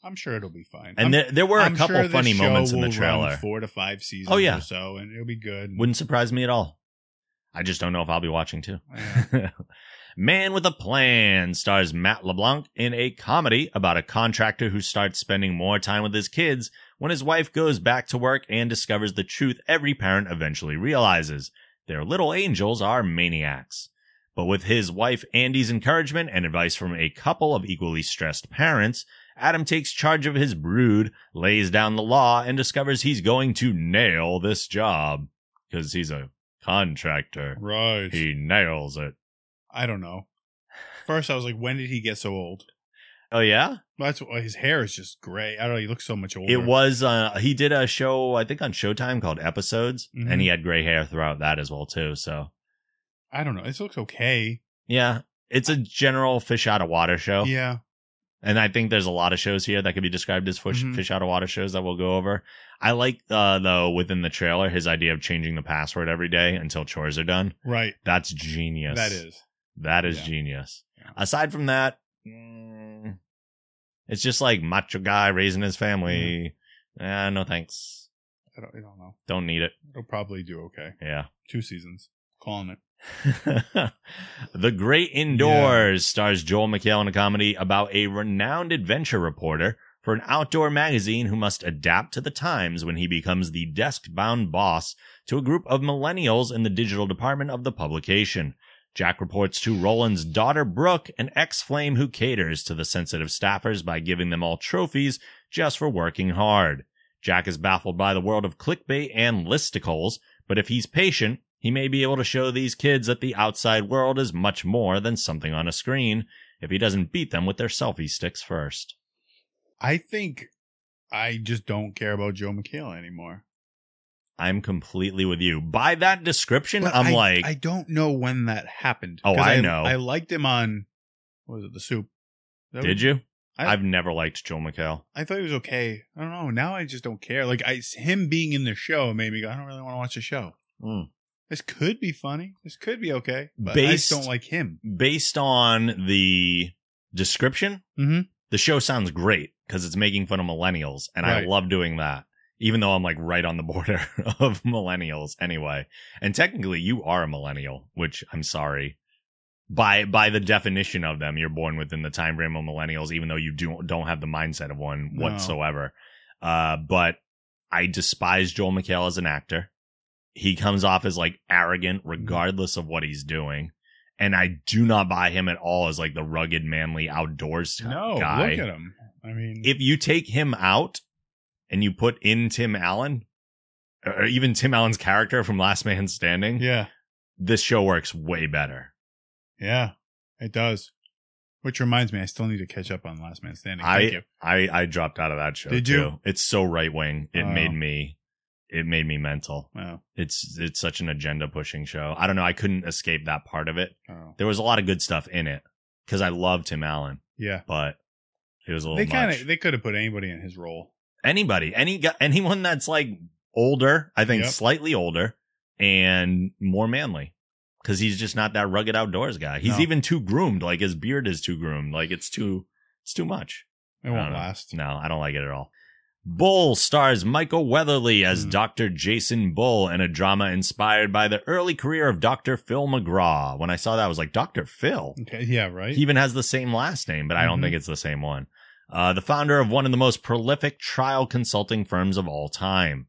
[SPEAKER 2] I'm sure it'll be fine.
[SPEAKER 1] And
[SPEAKER 2] I'm,
[SPEAKER 1] there, there were
[SPEAKER 2] I'm
[SPEAKER 1] a couple
[SPEAKER 2] sure this
[SPEAKER 1] funny
[SPEAKER 2] show
[SPEAKER 1] moments in
[SPEAKER 2] will
[SPEAKER 1] the trailer.
[SPEAKER 2] Run four to five seasons.
[SPEAKER 1] Oh, yeah.
[SPEAKER 2] or so, and it'll be good.
[SPEAKER 1] Wouldn't surprise me at all. I just don't know if I'll be watching too. Man with a Plan stars Matt LeBlanc in a comedy about a contractor who starts spending more time with his kids when his wife goes back to work and discovers the truth every parent eventually realizes. Their little angels are maniacs. But with his wife Andy's encouragement and advice from a couple of equally stressed parents, Adam takes charge of his brood, lays down the law, and discovers he's going to nail this job. Because he's a contractor.
[SPEAKER 2] right.
[SPEAKER 1] He nails it.
[SPEAKER 2] I don't know. First, I was like, when did he get so old?
[SPEAKER 1] Oh, yeah?
[SPEAKER 2] That's why his hair is just gray. I don't know. He looks so much older.
[SPEAKER 1] It was uh he did a show I think on Showtime called Episodes
[SPEAKER 2] Mhm.
[SPEAKER 1] and he had gray hair throughout that as well too. So
[SPEAKER 2] I don't know. This looks okay.
[SPEAKER 1] yeah, it's a general fish out of water show.
[SPEAKER 2] Yeah.
[SPEAKER 1] And I think there's a lot of shows here that could be described as fish,
[SPEAKER 2] Mhm.
[SPEAKER 1] fish out of water shows that we'll go over. I like uh though within the trailer his idea of changing the password every day until chores are done.
[SPEAKER 2] Right.
[SPEAKER 1] That's genius.
[SPEAKER 2] That is.
[SPEAKER 1] That is
[SPEAKER 2] Yeah.
[SPEAKER 1] genius.
[SPEAKER 2] Yeah.
[SPEAKER 1] Aside from that, mm, it's just like macho guy raising his family.
[SPEAKER 2] Mm-hmm.
[SPEAKER 1] Ah, no thanks.
[SPEAKER 2] I don't, I don't know.
[SPEAKER 1] Don't need it.
[SPEAKER 2] It'll probably do okay.
[SPEAKER 1] Yeah.
[SPEAKER 2] Two seasons. Calling it.
[SPEAKER 1] the Great Indoors stars Joel McHale in a comedy about a renowned adventure reporter for an outdoor magazine who must adapt to the times when he becomes the desk bound boss to a group of millennials in the digital department of the publication. Jack reports to Roland's daughter Brooke, an ex flame who caters to the sensitive staffers by giving them all trophies just for working hard. Jack is baffled by the world of clickbait and listicles but if he's patient, he may be able to show these kids that the outside world is much more than something on a screen if he doesn't beat them with their selfie sticks first.
[SPEAKER 2] I think I just don't care about Joe McHale anymore.
[SPEAKER 1] I'm completely with you. By that description,
[SPEAKER 2] But
[SPEAKER 1] I'm
[SPEAKER 2] I-
[SPEAKER 1] like,
[SPEAKER 2] I don't know when that happened.
[SPEAKER 1] Oh,
[SPEAKER 2] 'Cause
[SPEAKER 1] I know.
[SPEAKER 2] I liked him on what was it, the soup? That
[SPEAKER 1] did
[SPEAKER 2] was-
[SPEAKER 1] you?
[SPEAKER 2] I-
[SPEAKER 1] I've never liked Joel McHale.
[SPEAKER 2] I thought he was okay. I don't know. Now I just don't care. Like I, him being in the show made me go. I don't really want to watch the show. Hmm. This could be funny. This could be okay. But I
[SPEAKER 1] Based-
[SPEAKER 2] just don't like him.
[SPEAKER 1] Based on the description,
[SPEAKER 2] Mhm.
[SPEAKER 1] the show sounds great because it's making fun of millennials, and I
[SPEAKER 2] Right.
[SPEAKER 1] love doing that. Even though I'm like right on the border of millennials anyway. And technically you are a millennial, which I'm sorry. By by the definition of them, you're born within the time frame of millennials, even though you do don't have the mindset of one
[SPEAKER 2] No.
[SPEAKER 1] whatsoever. Uh, but I despise Joel McHale as an actor. He comes off as like arrogant,
[SPEAKER 2] Mm-hmm.
[SPEAKER 1] regardless of what he's doing. And I do not buy him at all as like the rugged, manly outdoors type
[SPEAKER 2] No,
[SPEAKER 1] guy.
[SPEAKER 2] look at him. I mean, mean,
[SPEAKER 1] if you take him out and you put in Tim Allen or even Tim Allen's character from Last Man Standing,
[SPEAKER 2] yeah,
[SPEAKER 1] this show works way better.
[SPEAKER 2] yeah, it does. Which reminds me, I still need to catch up on Last Man Standing.
[SPEAKER 1] I-
[SPEAKER 2] Thank you.
[SPEAKER 1] I I dropped out of that show.
[SPEAKER 2] Did
[SPEAKER 1] too.
[SPEAKER 2] you?
[SPEAKER 1] It's so right wing. It
[SPEAKER 2] Oh.
[SPEAKER 1] made me it made me mental.
[SPEAKER 2] Wow.
[SPEAKER 1] It's it's such an agenda pushing show. I don't know. I couldn't escape that part of it.
[SPEAKER 2] Oh.
[SPEAKER 1] There was a lot of good stuff in it because I loved Tim Allen,
[SPEAKER 2] Yeah.
[SPEAKER 1] but it was a little
[SPEAKER 2] They kind
[SPEAKER 1] much.
[SPEAKER 2] of they could have put anybody in his role.
[SPEAKER 1] Anybody, any guy, anyone that's like older, I think
[SPEAKER 2] Yep.
[SPEAKER 1] slightly older and more manly because he's just not that rugged outdoors guy. He's
[SPEAKER 2] No.
[SPEAKER 1] even too groomed. Like his beard is too groomed. Like it's too it's too much.
[SPEAKER 2] It
[SPEAKER 1] I
[SPEAKER 2] won't
[SPEAKER 1] don't know.
[SPEAKER 2] last.
[SPEAKER 1] No, I don't like it at all. Bull stars Michael Weatherly as
[SPEAKER 2] Hmm.
[SPEAKER 1] Dr. Jason Bull in a drama inspired by the early career of Dr. Phil McGraw. When I saw that, I was like, Dr. Phil?
[SPEAKER 2] Okay. Yeah. Right.
[SPEAKER 1] He even has the same last name, but I don't
[SPEAKER 2] Mhm.
[SPEAKER 1] think it's the same one. Uh, the founder of one of the most prolific trial consulting firms of all time.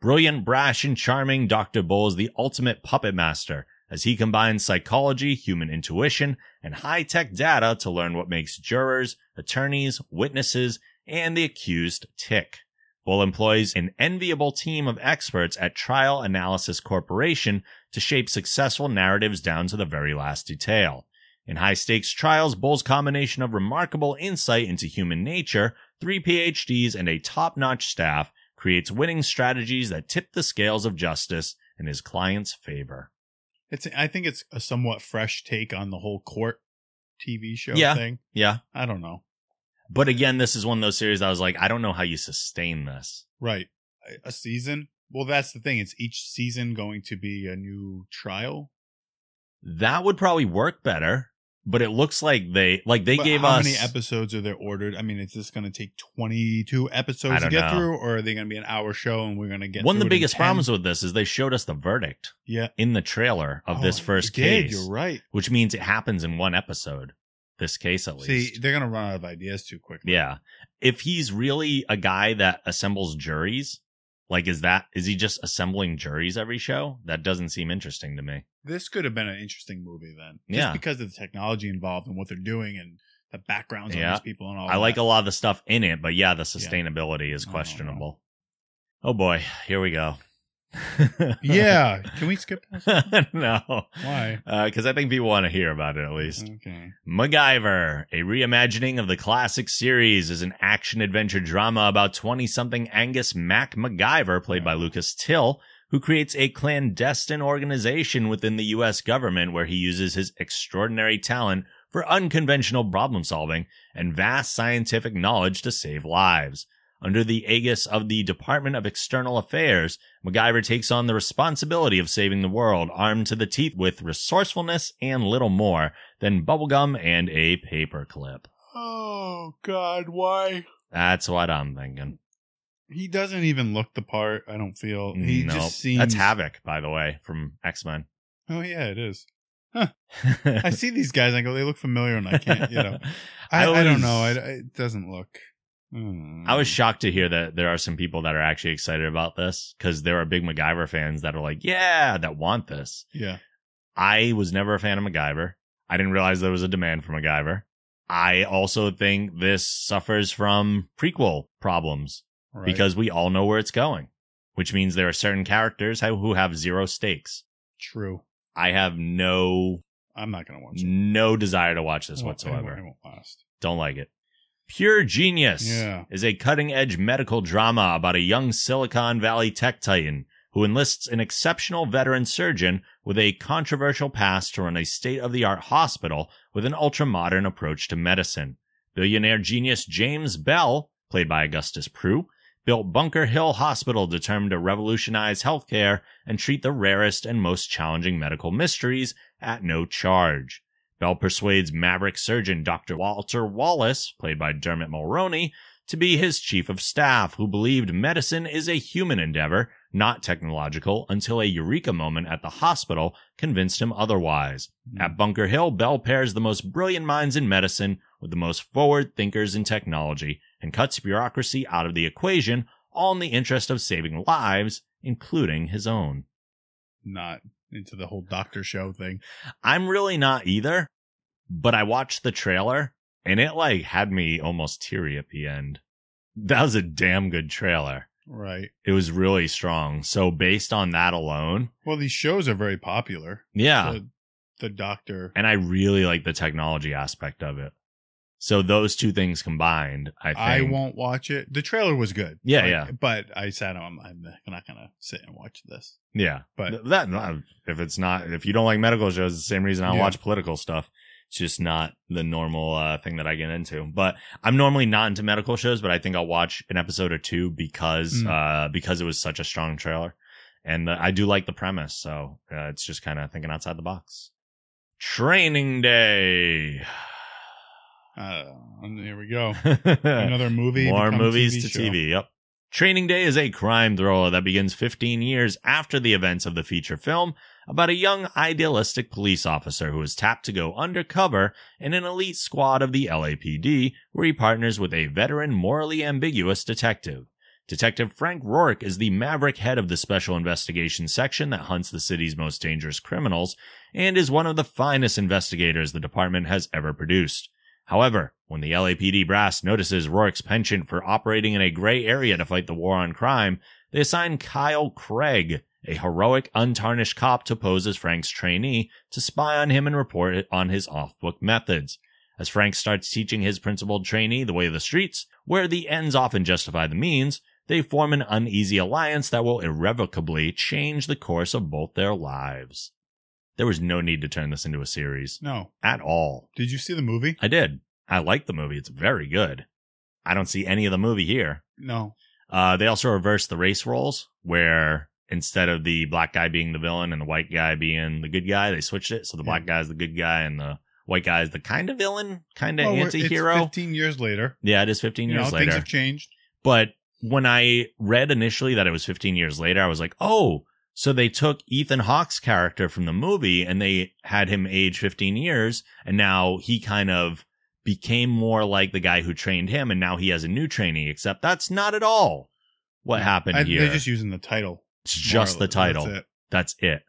[SPEAKER 1] Brilliant, brash, and charming, Dr. Bull is the ultimate puppet master as he combines psychology, human intuition, and high tech data to learn what makes jurors, attorneys, witnesses, and the accused tick. Bull employs an enviable team of experts at Trial Analysis Corporation to shape successful narratives down to the very last detail. In high stakes trials, Bull's combination of remarkable insight into human nature, three PhDs, and a top notch staff creates winning strategies that tip the scales of justice in his client's favor.
[SPEAKER 2] It's I think it's a somewhat fresh take on the whole court TV show
[SPEAKER 1] Yeah.
[SPEAKER 2] thing.
[SPEAKER 1] Yeah.
[SPEAKER 2] I don't know.
[SPEAKER 1] But again, this is one of those series I was like, I don't know how you sustain this.
[SPEAKER 2] Right. A- A season? Well, that's the thing. It's each season going to be a new trial.
[SPEAKER 1] That would probably work better, but it looks like they like they
[SPEAKER 2] But
[SPEAKER 1] gave
[SPEAKER 2] how
[SPEAKER 1] us
[SPEAKER 2] many episodes are there ordered? I mean, is this going to take 22
[SPEAKER 1] I
[SPEAKER 2] episodes to
[SPEAKER 1] don't
[SPEAKER 2] get
[SPEAKER 1] know.
[SPEAKER 2] through or are they going to be an hour show and we're going to get
[SPEAKER 1] one of
[SPEAKER 2] through
[SPEAKER 1] the
[SPEAKER 2] it in
[SPEAKER 1] biggest
[SPEAKER 2] 10?
[SPEAKER 1] problems with this is they showed us the verdict
[SPEAKER 2] yeah
[SPEAKER 1] in the trailer of this
[SPEAKER 2] Oh,
[SPEAKER 1] first
[SPEAKER 2] you did.
[SPEAKER 1] case,
[SPEAKER 2] You're right.
[SPEAKER 1] which means it happens in one episode. This case, at least.
[SPEAKER 2] See, they're going to run out of ideas too quickly.
[SPEAKER 1] Yeah. If he's really a guy that assembles juries, like is that is he just assembling juries every show? That doesn't seem interesting to me.
[SPEAKER 2] This could have been an interesting movie then.
[SPEAKER 1] Yeah.
[SPEAKER 2] Just because of the technology involved and what they're doing and the backgrounds
[SPEAKER 1] Yeah.
[SPEAKER 2] on these people and all
[SPEAKER 1] I like
[SPEAKER 2] Oh, that.
[SPEAKER 1] a lot of the stuff in it, but yeah, the sustainability is
[SPEAKER 2] I don't know.
[SPEAKER 1] questionable. Oh boy, here we go.
[SPEAKER 2] Yeah. Can we skip this?
[SPEAKER 1] no.
[SPEAKER 2] Why?
[SPEAKER 1] Because I think people want to hear about it at least.
[SPEAKER 2] Okay.
[SPEAKER 1] MacGyver, a reimagining of the classic series, is an action adventure drama about 20 something Angus Mac MacGyver, played by Lucas Till, who creates a clandestine organization within the U.S. government where he uses his extraordinary talent for unconventional problem solving and vast scientific knowledge to save lives. Under the aegis of the Department of External Affairs, MacGyver takes on the responsibility of saving the world, armed to the teeth with resourcefulness and little more than bubblegum and a paperclip.
[SPEAKER 2] Oh, God. Why?
[SPEAKER 1] That's what I'm thinking.
[SPEAKER 2] He doesn't even look the part. I don't feel he
[SPEAKER 1] no,
[SPEAKER 2] just seems.
[SPEAKER 1] that's Havoc, by the way, from X Men.
[SPEAKER 2] Oh yeah, it is. I see these guys. And I go, they look familiar, and I can't. You know, I, I,
[SPEAKER 1] I
[SPEAKER 2] don't
[SPEAKER 1] was-
[SPEAKER 2] know. I, I- it doesn't look. Mm.
[SPEAKER 1] I was shocked to hear that there are some people that are actually excited about this because there are big MacGyver fans that are like, yeah, that want this.
[SPEAKER 2] yeah.
[SPEAKER 1] I was never a fan of MacGyver. I didn't realize there was a demand for MacGyver. I also think this suffers from prequel problems
[SPEAKER 2] Right.
[SPEAKER 1] because we all know where it's going, which means there are certain characters who who have zero stakes.
[SPEAKER 2] true,
[SPEAKER 1] I have no
[SPEAKER 2] I'm not gonna watch it.
[SPEAKER 1] no desire to watch this
[SPEAKER 2] It won't- it won't-
[SPEAKER 1] whatsoever.
[SPEAKER 2] It won't last.
[SPEAKER 1] Don't like it. Pure Genius
[SPEAKER 2] Yeah.
[SPEAKER 1] is a cutting edge medical drama about a young Silicon Valley tech titan who enlists an exceptional veteran surgeon with a controversial past to run a state of the art hospital with an ultra modern approach to medicine. Billionaire genius James Bell, played by Augustus Prue, built Bunker Hill Hospital determined to revolutionize healthcare and treat the rarest and most challenging medical mysteries at no charge. Bell persuades maverick surgeon Dr. Walter Wallace, played by Dermot Mulroney, to be his chief of staff, who believed medicine is a human endeavor, not technological, until a eureka moment at the hospital convinced him otherwise.
[SPEAKER 2] Hmm.
[SPEAKER 1] At Bunker Hill, Bell pairs the most brilliant minds in medicine with the most forward thinkers in technology and cuts bureaucracy out of the equation, all in the interest of saving lives, including his own.
[SPEAKER 2] Not into the whole doctor show thing.
[SPEAKER 1] I'm really not either, but I watched the trailer and it like had me almost teary at the end. That was a damn good trailer.
[SPEAKER 2] Right.
[SPEAKER 1] It was really strong. So based on that alone,
[SPEAKER 2] Well, these shows are very popular.
[SPEAKER 1] yeah,
[SPEAKER 2] The, the Doctor.
[SPEAKER 1] and I really like the technology aspect of it. So those two things combined, I think.
[SPEAKER 2] I won't watch it. The trailer was good.
[SPEAKER 1] Yeah,
[SPEAKER 2] Like,
[SPEAKER 1] yeah.
[SPEAKER 2] But I said "Oh, I'm, I'm not gonna sit and watch this.
[SPEAKER 1] Yeah,
[SPEAKER 2] But-
[SPEAKER 1] Th- that that- if it's not if you don't like medical shows, it's the same reason I don't
[SPEAKER 2] Yeah.
[SPEAKER 1] watch political stuff. It's just not the normal uh, thing that I get into. But I'm normally not into medical shows, but I think I'll watch an episode or two because
[SPEAKER 2] Mm.
[SPEAKER 1] uh, because it was such a strong trailer, and uh I do like the premise. So uh, it's just kind of thinking outside the box. Training Day.
[SPEAKER 2] Uh, and there we go.
[SPEAKER 1] Another
[SPEAKER 2] Another movie.
[SPEAKER 1] More
[SPEAKER 2] become
[SPEAKER 1] movies
[SPEAKER 2] TV
[SPEAKER 1] to
[SPEAKER 2] show.
[SPEAKER 1] TV. Yep. Training Day is a crime thriller that begins 15 years after the events of the feature film about a young idealistic police officer who is tapped to go undercover in an elite squad of the LAPD where he partners with a veteran morally ambiguous detective. Detective Frank Rourke is the maverick head of the special investigation section that hunts the city's most dangerous criminals and is one of the finest investigators the department has ever produced. However, when the LAPD brass notices Rourke's penchant for operating in a gray area to fight the war on crime, they assign Kyle Craig, a heroic, untarnished cop, to pose as Frank's trainee to spy on him and report it on his off book methods. As Frank starts teaching his principled trainee the way of the streets, where the ends often justify the means, they form an uneasy alliance that will irrevocably change the course of both their lives. There was no need to turn this into a series
[SPEAKER 2] No.
[SPEAKER 1] at all.
[SPEAKER 2] Did you see the movie?
[SPEAKER 1] I did. I like the movie. It's very good. I don't see any of the movie here.
[SPEAKER 2] No.
[SPEAKER 1] Uh, they also reversed the race roles, where instead of the black guy being the villain and the white guy being the good guy, they switched it. So the
[SPEAKER 2] Hmm.
[SPEAKER 1] black guy's the good guy and the white guy is the kind of villain, kind of
[SPEAKER 2] Well, we're- it's
[SPEAKER 1] anti-hero.
[SPEAKER 2] Fifteen years later.
[SPEAKER 1] yeah, it is 15
[SPEAKER 2] You know,
[SPEAKER 1] years
[SPEAKER 2] things
[SPEAKER 1] later.
[SPEAKER 2] have changed.
[SPEAKER 1] But when I read initially that it was 15 years later, I was like, oh, so they took Ethan Hawke's character from the movie and they had him age 15 years. And now he kind of became more like the guy who trained him. And now he has a new trainee, except that's not at all what happened
[SPEAKER 2] I-
[SPEAKER 1] here.
[SPEAKER 2] They're just using the title.
[SPEAKER 1] it's just the
[SPEAKER 2] More or less.
[SPEAKER 1] title.
[SPEAKER 2] That's it.
[SPEAKER 1] That's it.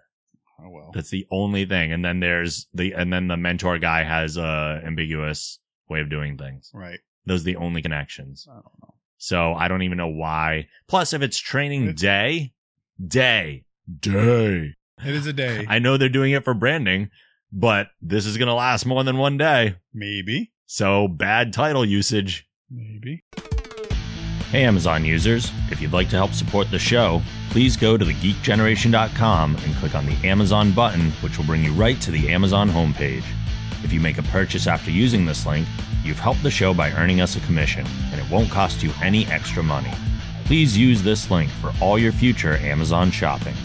[SPEAKER 2] Oh well.
[SPEAKER 1] That's the only thing. And then there's the, and then the mentor guy has a ambiguous way of doing things.
[SPEAKER 2] right.
[SPEAKER 1] Those are the only connections.
[SPEAKER 2] I don't know.
[SPEAKER 1] So I don't even know why. Plus, if it's training
[SPEAKER 2] It's-
[SPEAKER 1] day, day, day.
[SPEAKER 2] It is a day.
[SPEAKER 1] I know they're doing it for branding, but this is going to last more than one day.
[SPEAKER 2] maybe.
[SPEAKER 1] So bad title usage.
[SPEAKER 2] Maybe.
[SPEAKER 1] Hey, Amazon users, if you'd like to help support the show, please go to thegeekgeneration.com and click on the Amazon button, which will bring you right to the Amazon homepage. If you make a purchase after using this link, you've helped the show by earning us a commission, and it won't cost you any extra money. Please use this link for all your future Amazon shopping.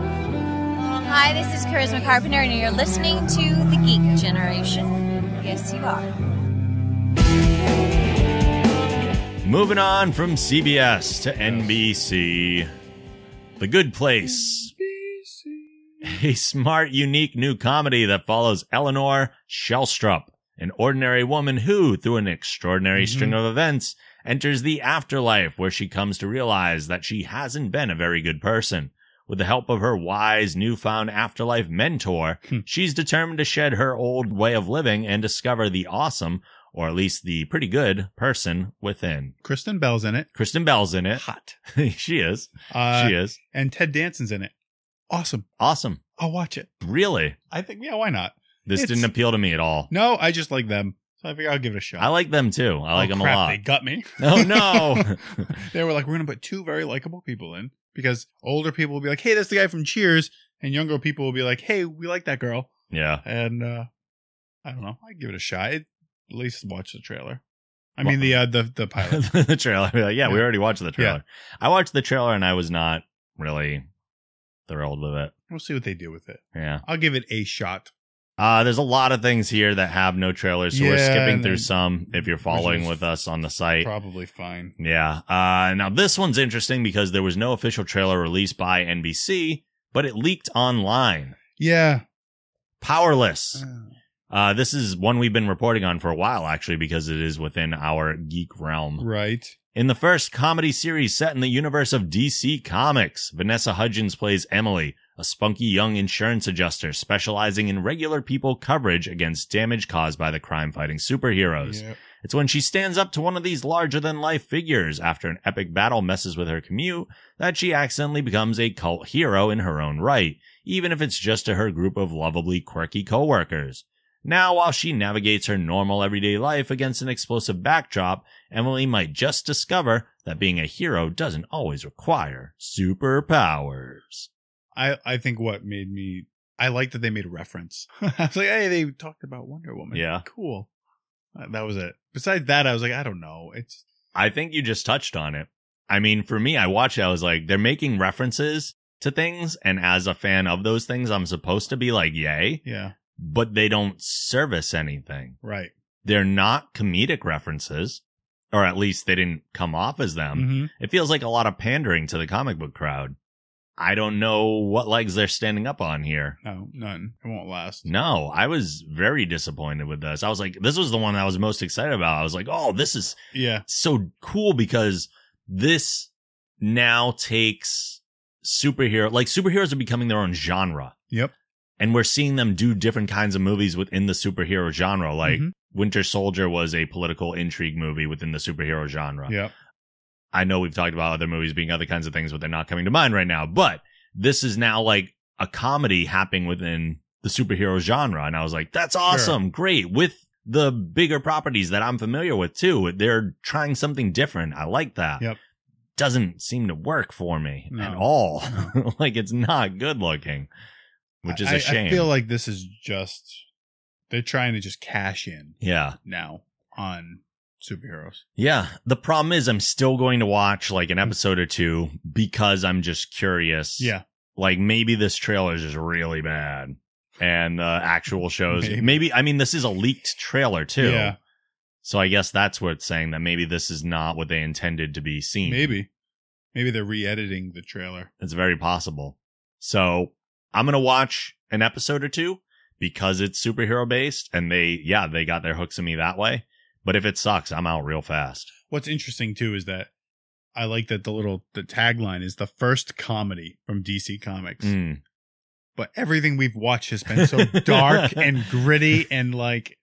[SPEAKER 3] Hi, this is Charisma Carpenter, and you're listening to The Geek Generation. Yes, you are.
[SPEAKER 1] Moving on from CBS to NBC. The Good Place. A smart, unique new comedy that follows Eleanor Shellstrup, an ordinary woman who, through an extraordinary
[SPEAKER 2] Mhm.
[SPEAKER 1] string of events, enters the afterlife where she comes to realize that she hasn't been a very good person. With the help of her wise, newfound afterlife mentor,
[SPEAKER 2] Hmm.
[SPEAKER 1] she's determined to shed her old way of living and discover the awesome, or at least the pretty good, person within.
[SPEAKER 2] Kristen Bell's in it.
[SPEAKER 1] Kristen Bell's in it.
[SPEAKER 2] Hot.
[SPEAKER 1] she is.
[SPEAKER 2] Uh,
[SPEAKER 1] she is.
[SPEAKER 2] And Ted Danson's in it. Awesome.
[SPEAKER 1] Awesome.
[SPEAKER 2] I'll watch it.
[SPEAKER 1] Really?
[SPEAKER 2] I think. Yeah. Why not?
[SPEAKER 1] This
[SPEAKER 2] It's-
[SPEAKER 1] didn't appeal to me at all.
[SPEAKER 2] No. I just like them. So I figure I'll give it a shot.
[SPEAKER 1] I like them too. I like
[SPEAKER 2] oh,
[SPEAKER 1] them
[SPEAKER 2] crap,
[SPEAKER 1] a lot.
[SPEAKER 2] They got me.
[SPEAKER 1] Oh no.
[SPEAKER 2] they were like, we're gonna put two very likable people in because older people will be like, hey, that's the guy from Cheers, and younger people will be like, hey, we like that girl.
[SPEAKER 1] yeah.
[SPEAKER 2] And uh I don't know. I give it a shot. It, at least watch the trailer. I
[SPEAKER 1] Well-
[SPEAKER 2] mean the uh, the the pilot.
[SPEAKER 1] the trailer. Yeah, yeah, we
[SPEAKER 2] Yeah.
[SPEAKER 1] already watched the trailer. I watched the trailer and I was not really thrilled with it.
[SPEAKER 2] we'll see what they do with it.
[SPEAKER 1] Yeah.
[SPEAKER 2] I'll give it a shot.
[SPEAKER 1] Uh, there's a lot of things here that have no trailers, so we're
[SPEAKER 2] Yeah,
[SPEAKER 1] skipping
[SPEAKER 2] and
[SPEAKER 1] through
[SPEAKER 2] then-
[SPEAKER 1] some if you're following
[SPEAKER 2] Which is
[SPEAKER 1] with us on the site.
[SPEAKER 2] Probably fine.
[SPEAKER 1] Yeah. Uh, now this one's interesting because there was no official trailer released by NBC, but it leaked online.
[SPEAKER 2] Yeah.
[SPEAKER 1] Powerless.
[SPEAKER 2] Uh,
[SPEAKER 1] Uh, this is one we've been reporting on for a while, actually, because it is within our geek realm.
[SPEAKER 2] right.
[SPEAKER 1] In the first comedy series set in the universe of DC Comics, Vanessa Hudgens plays Emily, a spunky young insurance adjuster specializing in regular people coverage against damage caused by the crime fighting superheroes.
[SPEAKER 2] Yep.
[SPEAKER 1] It's when she stands up to one of these larger than life figures after an epic battle messes with her commute that she accidentally becomes a cult hero in her own right, even if it's just to her group of lovably quirky coworkers. Now, while she navigates her normal everyday life against an explosive backdrop, Emily might just discover that being a hero doesn't always require superpowers.
[SPEAKER 2] I, I think what made me I like that they made a reference. I was like, hey, they talked about Wonder Woman.
[SPEAKER 1] Yeah.
[SPEAKER 2] Cool. Uh, that was it. Besides that, I was like, I don't know. It's
[SPEAKER 1] I think you just touched on it. I mean, for me, I watched it. I was like, they're making references to things. And as a fan of those things, I'm supposed to be like, yay,
[SPEAKER 2] yeah,
[SPEAKER 1] but they don't service anything.
[SPEAKER 2] right.
[SPEAKER 1] They're not comedic references, or at least they didn't come off as them.
[SPEAKER 2] hmm
[SPEAKER 1] It feels like a lot of pandering to the comic book crowd. I don't know what legs they're standing up on here.
[SPEAKER 2] No, none. It won't last.
[SPEAKER 1] No, I was very disappointed with this. I was like, this was the one I was most excited about. I was like, oh, this is
[SPEAKER 2] Yeah.
[SPEAKER 1] so cool because this now takes superhero like superheroes are becoming their own genre.
[SPEAKER 2] Yep.
[SPEAKER 1] And we're seeing them do different kinds of movies within the superhero genre. Like
[SPEAKER 2] Mhm.
[SPEAKER 1] Winter Soldier was a political intrigue movie within the superhero genre.
[SPEAKER 2] Mm-hmm. Yep.
[SPEAKER 1] I know we've talked about other movies being other kinds of things, but they're not coming to mind right now. But this is now like a comedy happening within the superhero genre. And I was like, that's awesome. Great. With the bigger properties that I'm familiar with too, they're trying something different. I like that.
[SPEAKER 2] Yep.
[SPEAKER 1] Doesn't seem to work for me
[SPEAKER 2] No.
[SPEAKER 1] at all. like it's not good looking, which is
[SPEAKER 2] I-
[SPEAKER 1] a shame.
[SPEAKER 2] I feel like this is just they're trying to just cash in
[SPEAKER 1] yeah.
[SPEAKER 2] now on superheroes.
[SPEAKER 1] Yeah. The problem is I'm still going to watch like an episode or two because I'm just curious.
[SPEAKER 2] Hmm. Yeah.
[SPEAKER 1] like maybe this trailer is just really bad and the actual shows
[SPEAKER 2] Maybe.
[SPEAKER 1] maybe. i mean this is a leaked trailer too
[SPEAKER 2] Yeah.
[SPEAKER 1] so i guess that's what it's saying that maybe this is not what they intended to be seen
[SPEAKER 2] Maybe. Maybe they're re-editing the trailer.
[SPEAKER 1] it's very possible so i'm gonna watch an episode or two because it's superhero based and they yeah they got their hooks in me that way but if it sucks i'm out real fast
[SPEAKER 2] What's interesting too is that I like that the little the tagline is the first comedy from DC Comics.
[SPEAKER 1] Mm.
[SPEAKER 2] But everything we've watched has been so dark and gritty and like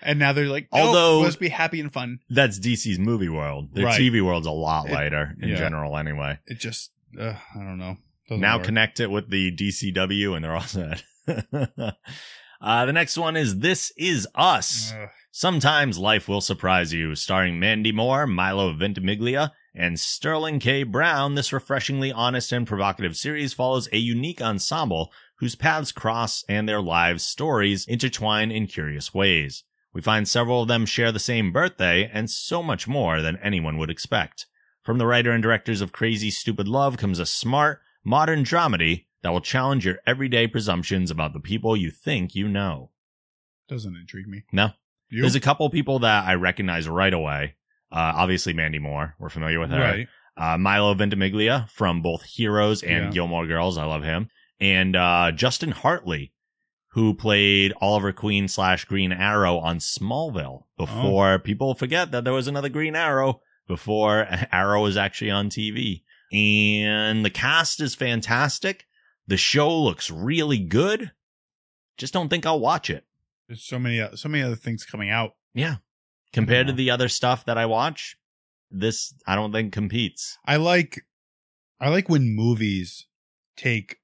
[SPEAKER 2] and now they're like, although
[SPEAKER 1] Although-
[SPEAKER 2] let's be happy and fun.
[SPEAKER 1] that's dc's movie world their
[SPEAKER 2] Right.
[SPEAKER 1] tv world's a lot lighter in
[SPEAKER 2] yeah.
[SPEAKER 1] general anyway
[SPEAKER 2] It just uh, I don't know. Doesn't
[SPEAKER 1] now
[SPEAKER 2] work.
[SPEAKER 1] connect it with the DCW and they're all set. uh, the next one is This Is Us.
[SPEAKER 2] Ugh.
[SPEAKER 1] Sometimes Life Will Surprise You, starring Mandy Moore, Milo Ventimiglia, and Sterling K. Brown. This refreshingly honest and provocative series follows a unique ensemble whose paths cross and their lives' stories intertwine in curious ways. We find several of them share the same birthday and so much more than anyone would expect. From the writer and directors of Crazy Stupid Love comes a smart, modern dramedy that will challenge your everyday presumptions about the people you think you know.
[SPEAKER 2] doesn't intrigue me.
[SPEAKER 1] No.
[SPEAKER 2] You
[SPEAKER 1] There's a couple people that I recognize right away. Uh, obviously, Mandy Moore. We're familiar with her.
[SPEAKER 2] right.
[SPEAKER 1] Uh, Milo Ventimiglia from both Heroes and
[SPEAKER 2] Yeah.
[SPEAKER 1] Gilmore Girls. I love him. And uh, Justin Hartley, who played Oliver Queen slash Green Arrow on Smallville before
[SPEAKER 2] Oh.
[SPEAKER 1] people forget that there was another Green Arrow before Arrow was actually on TV. And the cast is fantastic. The show looks really good. Just don't think I'll watch it.
[SPEAKER 2] There's so many uh, so many other things coming out.
[SPEAKER 1] Yeah. Compared
[SPEAKER 2] Yeah.
[SPEAKER 1] to the other stuff that I watch, this I don't think competes.
[SPEAKER 2] I like I like when movies take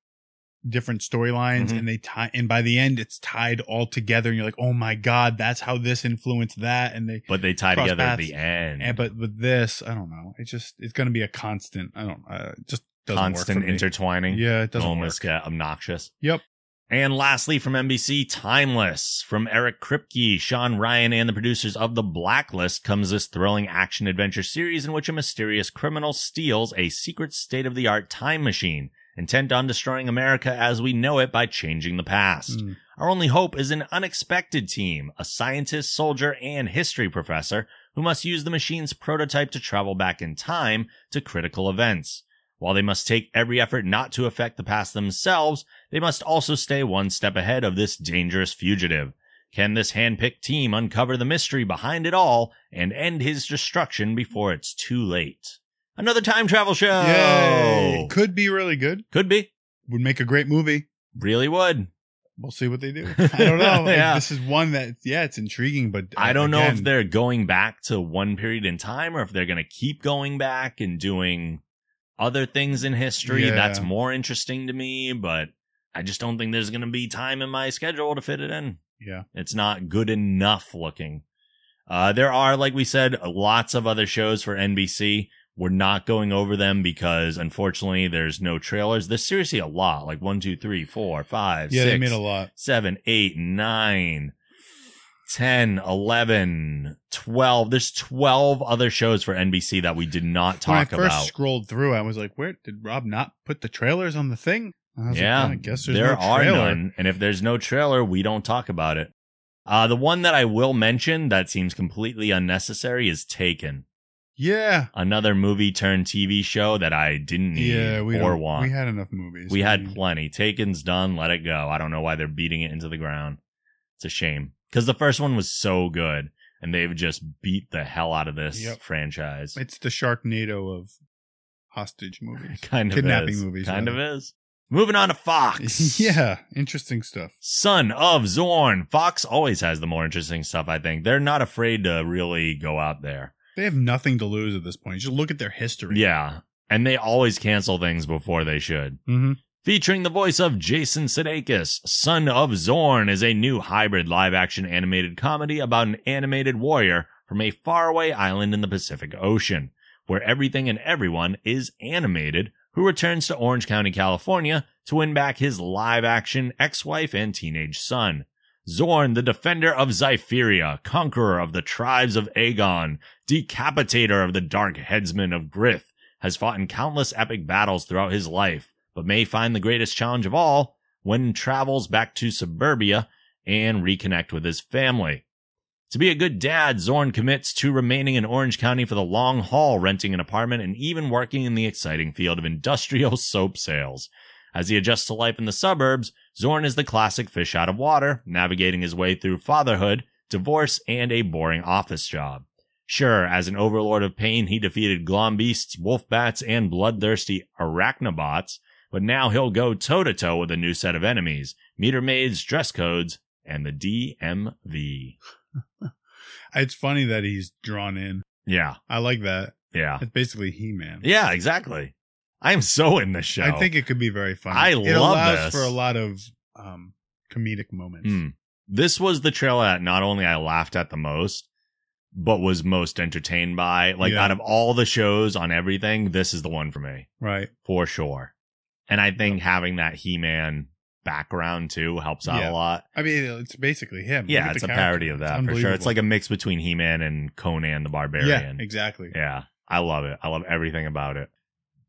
[SPEAKER 2] different storylines
[SPEAKER 1] Mhm.
[SPEAKER 2] and they tie and by the end it's tied all together and you're like, "Oh my god, that's how this influenced that." And they
[SPEAKER 1] But they tie
[SPEAKER 2] Cross
[SPEAKER 1] together at
[SPEAKER 2] paths.
[SPEAKER 1] the end.
[SPEAKER 2] and but with this, I don't know. It's just it's going to be a constant. I don't uh it just doesn't
[SPEAKER 1] Constant
[SPEAKER 2] work for me.
[SPEAKER 1] intertwining.
[SPEAKER 2] Yeah, it doesn't
[SPEAKER 1] Almost
[SPEAKER 2] work.
[SPEAKER 1] get obnoxious.
[SPEAKER 2] Yep.
[SPEAKER 1] And lastly, from NBC, Timeless, from Eric Kripke, Sean Ryan, and the producers of The Blacklist, comes this thrilling action adventure series in which a mysterious criminal steals a secret state of the art time machine, intent on destroying America as we know it by changing the past.
[SPEAKER 2] Mm.
[SPEAKER 1] Our only hope is an unexpected team, a scientist, soldier, and history professor who must use the machine's prototype to travel back in time to critical events. While they must take every effort not to affect the past themselves, they must also stay one step ahead of this dangerous fugitive. Can this handpicked team uncover the mystery behind it all and end his destruction before it's too late? Another time travel show!
[SPEAKER 2] Yay. Could be really good.
[SPEAKER 1] Could be.
[SPEAKER 2] would make a great movie.
[SPEAKER 1] Really would.
[SPEAKER 2] We'll see what they do. I don't know. Like,
[SPEAKER 1] Yeah.
[SPEAKER 2] This is one that, yeah, it's intriguing, but uh,
[SPEAKER 1] I don't know if
[SPEAKER 2] again,
[SPEAKER 1] they're going back to one period in time or if they're going to keep going back and doing other things in history.
[SPEAKER 2] Yeah.
[SPEAKER 1] That's more interesting to me, but I just don't think there's going to be time in my schedule to fit it in.
[SPEAKER 2] Yeah.
[SPEAKER 1] It's not good enough looking. Uh, there are, like we said, lots of other shows for NBC. We're not going over them because unfortunately there's no trailers. There's seriously a lot like one, two, three, four, five,
[SPEAKER 2] Yeah, they
[SPEAKER 1] six,
[SPEAKER 2] made a lot.
[SPEAKER 1] seven, eight, nine, 10, 11, 12. There's 12 other shows for NBC that we did not talk
[SPEAKER 2] when I first
[SPEAKER 1] about.
[SPEAKER 2] scrolled through, I was like, "Where did Rob not put the trailers on the thing?" And I was
[SPEAKER 1] Yeah,
[SPEAKER 2] like, "Oh, I guess there's
[SPEAKER 1] there
[SPEAKER 2] no
[SPEAKER 1] are
[SPEAKER 2] trailer.
[SPEAKER 1] none. And if there's no trailer, we don't talk about it. Uh, the one that I will mention that seems completely unnecessary is Taken,
[SPEAKER 2] Yeah,
[SPEAKER 1] another movie turned TV show that I didn't need
[SPEAKER 2] yeah, we
[SPEAKER 1] or
[SPEAKER 2] don't-
[SPEAKER 1] want.
[SPEAKER 2] We had enough movies.
[SPEAKER 1] We had
[SPEAKER 2] mean,
[SPEAKER 1] plenty. Taken's done. Let it go. I don't know why they're beating it into the ground. It's a shame because the first one was so good, and they've just beat the hell out of this
[SPEAKER 2] Yep.
[SPEAKER 1] franchise.
[SPEAKER 2] it's the Sharknado of hostage movies.
[SPEAKER 1] kind of
[SPEAKER 2] kidnapping
[SPEAKER 1] is.
[SPEAKER 2] movies,
[SPEAKER 1] Kind
[SPEAKER 2] rather.
[SPEAKER 1] of is. Moving on to Fox.
[SPEAKER 2] yeah, interesting stuff.
[SPEAKER 1] Son of Zorn. Fox always has the more interesting stuff. I think they're not afraid to really go out there.
[SPEAKER 2] They have nothing to lose at this point. Just look at their history.
[SPEAKER 1] Yeah, and they always cancel things before they should.
[SPEAKER 2] Mm-hmm.
[SPEAKER 1] Featuring the voice of Jason Sudeikis, Son of Zorn is a new hybrid live-action animated comedy about an animated warrior from a faraway island in the Pacific Ocean, where everything and everyone is animated, who returns to Orange County, California to win back his live-action ex-wife and teenage son. Zorn, the defender of Xiphiria, conqueror of the tribes of Aegon, decapitator of the dark headsman of Grith, has fought in countless epic battles throughout his life, but may find the greatest challenge of all when travels back to suburbia and reconnect with his family. To be a good dad, Zorn commits to remaining in Orange County for the long haul, renting an apartment and even working in the exciting field of industrial soap sales. As he adjusts to life in the suburbs, Zorn is the classic fish out of water, navigating his way through fatherhood, divorce, and a boring office job. Sure, as an overlord of pain, he defeated glom beasts, wolf bats, and bloodthirsty arachnobots, but now he'll go toe to toe with a new set of enemies, meter maids, dress codes, and the DMV.
[SPEAKER 2] It's funny that he's drawn in.
[SPEAKER 1] Yeah,
[SPEAKER 2] I like that.
[SPEAKER 1] yeah,
[SPEAKER 2] It's basically He Man.
[SPEAKER 1] yeah, exactly. I am so in this show.
[SPEAKER 2] I think it could be very funny.
[SPEAKER 1] I
[SPEAKER 2] it
[SPEAKER 1] love
[SPEAKER 2] allows
[SPEAKER 1] this.
[SPEAKER 2] for a lot of um, comedic moments.
[SPEAKER 1] Mm. This was the trailer that not only I laughed at the most, but was most entertained by. Like,
[SPEAKER 2] Yeah.
[SPEAKER 1] out of all the shows on everything, this is the one for me.
[SPEAKER 2] Right.
[SPEAKER 1] for sure. And I think having that He Man background too helps out
[SPEAKER 2] Yeah.
[SPEAKER 1] a lot.
[SPEAKER 2] I mean, it's basically him. Look
[SPEAKER 1] Yeah,
[SPEAKER 2] at
[SPEAKER 1] it's a
[SPEAKER 2] the
[SPEAKER 1] parody
[SPEAKER 2] character.
[SPEAKER 1] of that for sure. It's
[SPEAKER 2] unbelievable.
[SPEAKER 1] like a mix between He Man and Conan the Barbarian.
[SPEAKER 2] Yeah, exactly.
[SPEAKER 1] Yeah, I love it. I love everything about it.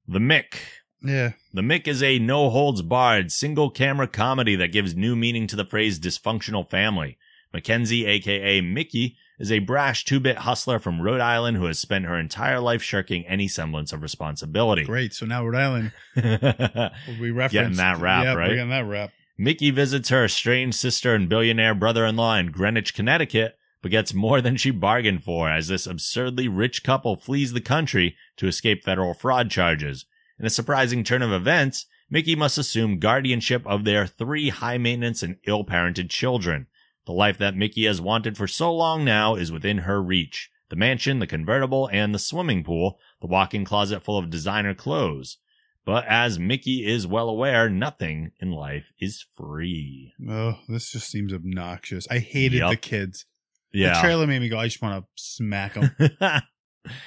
[SPEAKER 1] The Mick.
[SPEAKER 2] Yeah.
[SPEAKER 1] The Mick is a no holds barred single camera comedy that gives new meaning to the phrase dysfunctional family. Mackenzie, aka Mickey, is a brash two bit hustler from Rhode Island who has spent her entire life shirking any semblance of responsibility.
[SPEAKER 2] Great. So now Rhode Island, we referenced
[SPEAKER 1] that rap,
[SPEAKER 2] yeah,
[SPEAKER 1] right?
[SPEAKER 2] We're getting that rap.
[SPEAKER 1] Mickey visits her estranged sister and billionaire brother in law in Greenwich, Connecticut, but gets more than she bargained for as this absurdly rich couple flees the country to escape federal fraud charges. In a surprising turn of events, Mickey must assume guardianship of their three high maintenance and ill parented children. The life that Mickey has wanted for so long now is within her reach the mansion, the convertible, and the swimming pool, the walk in closet full of designer clothes. But as Mickey is well aware, nothing in life is free.
[SPEAKER 2] Oh, this just seems obnoxious. I hated
[SPEAKER 1] Yup.
[SPEAKER 2] the kids. The
[SPEAKER 1] Yeah.
[SPEAKER 2] trailer made me go, I just want to smack them. Oh,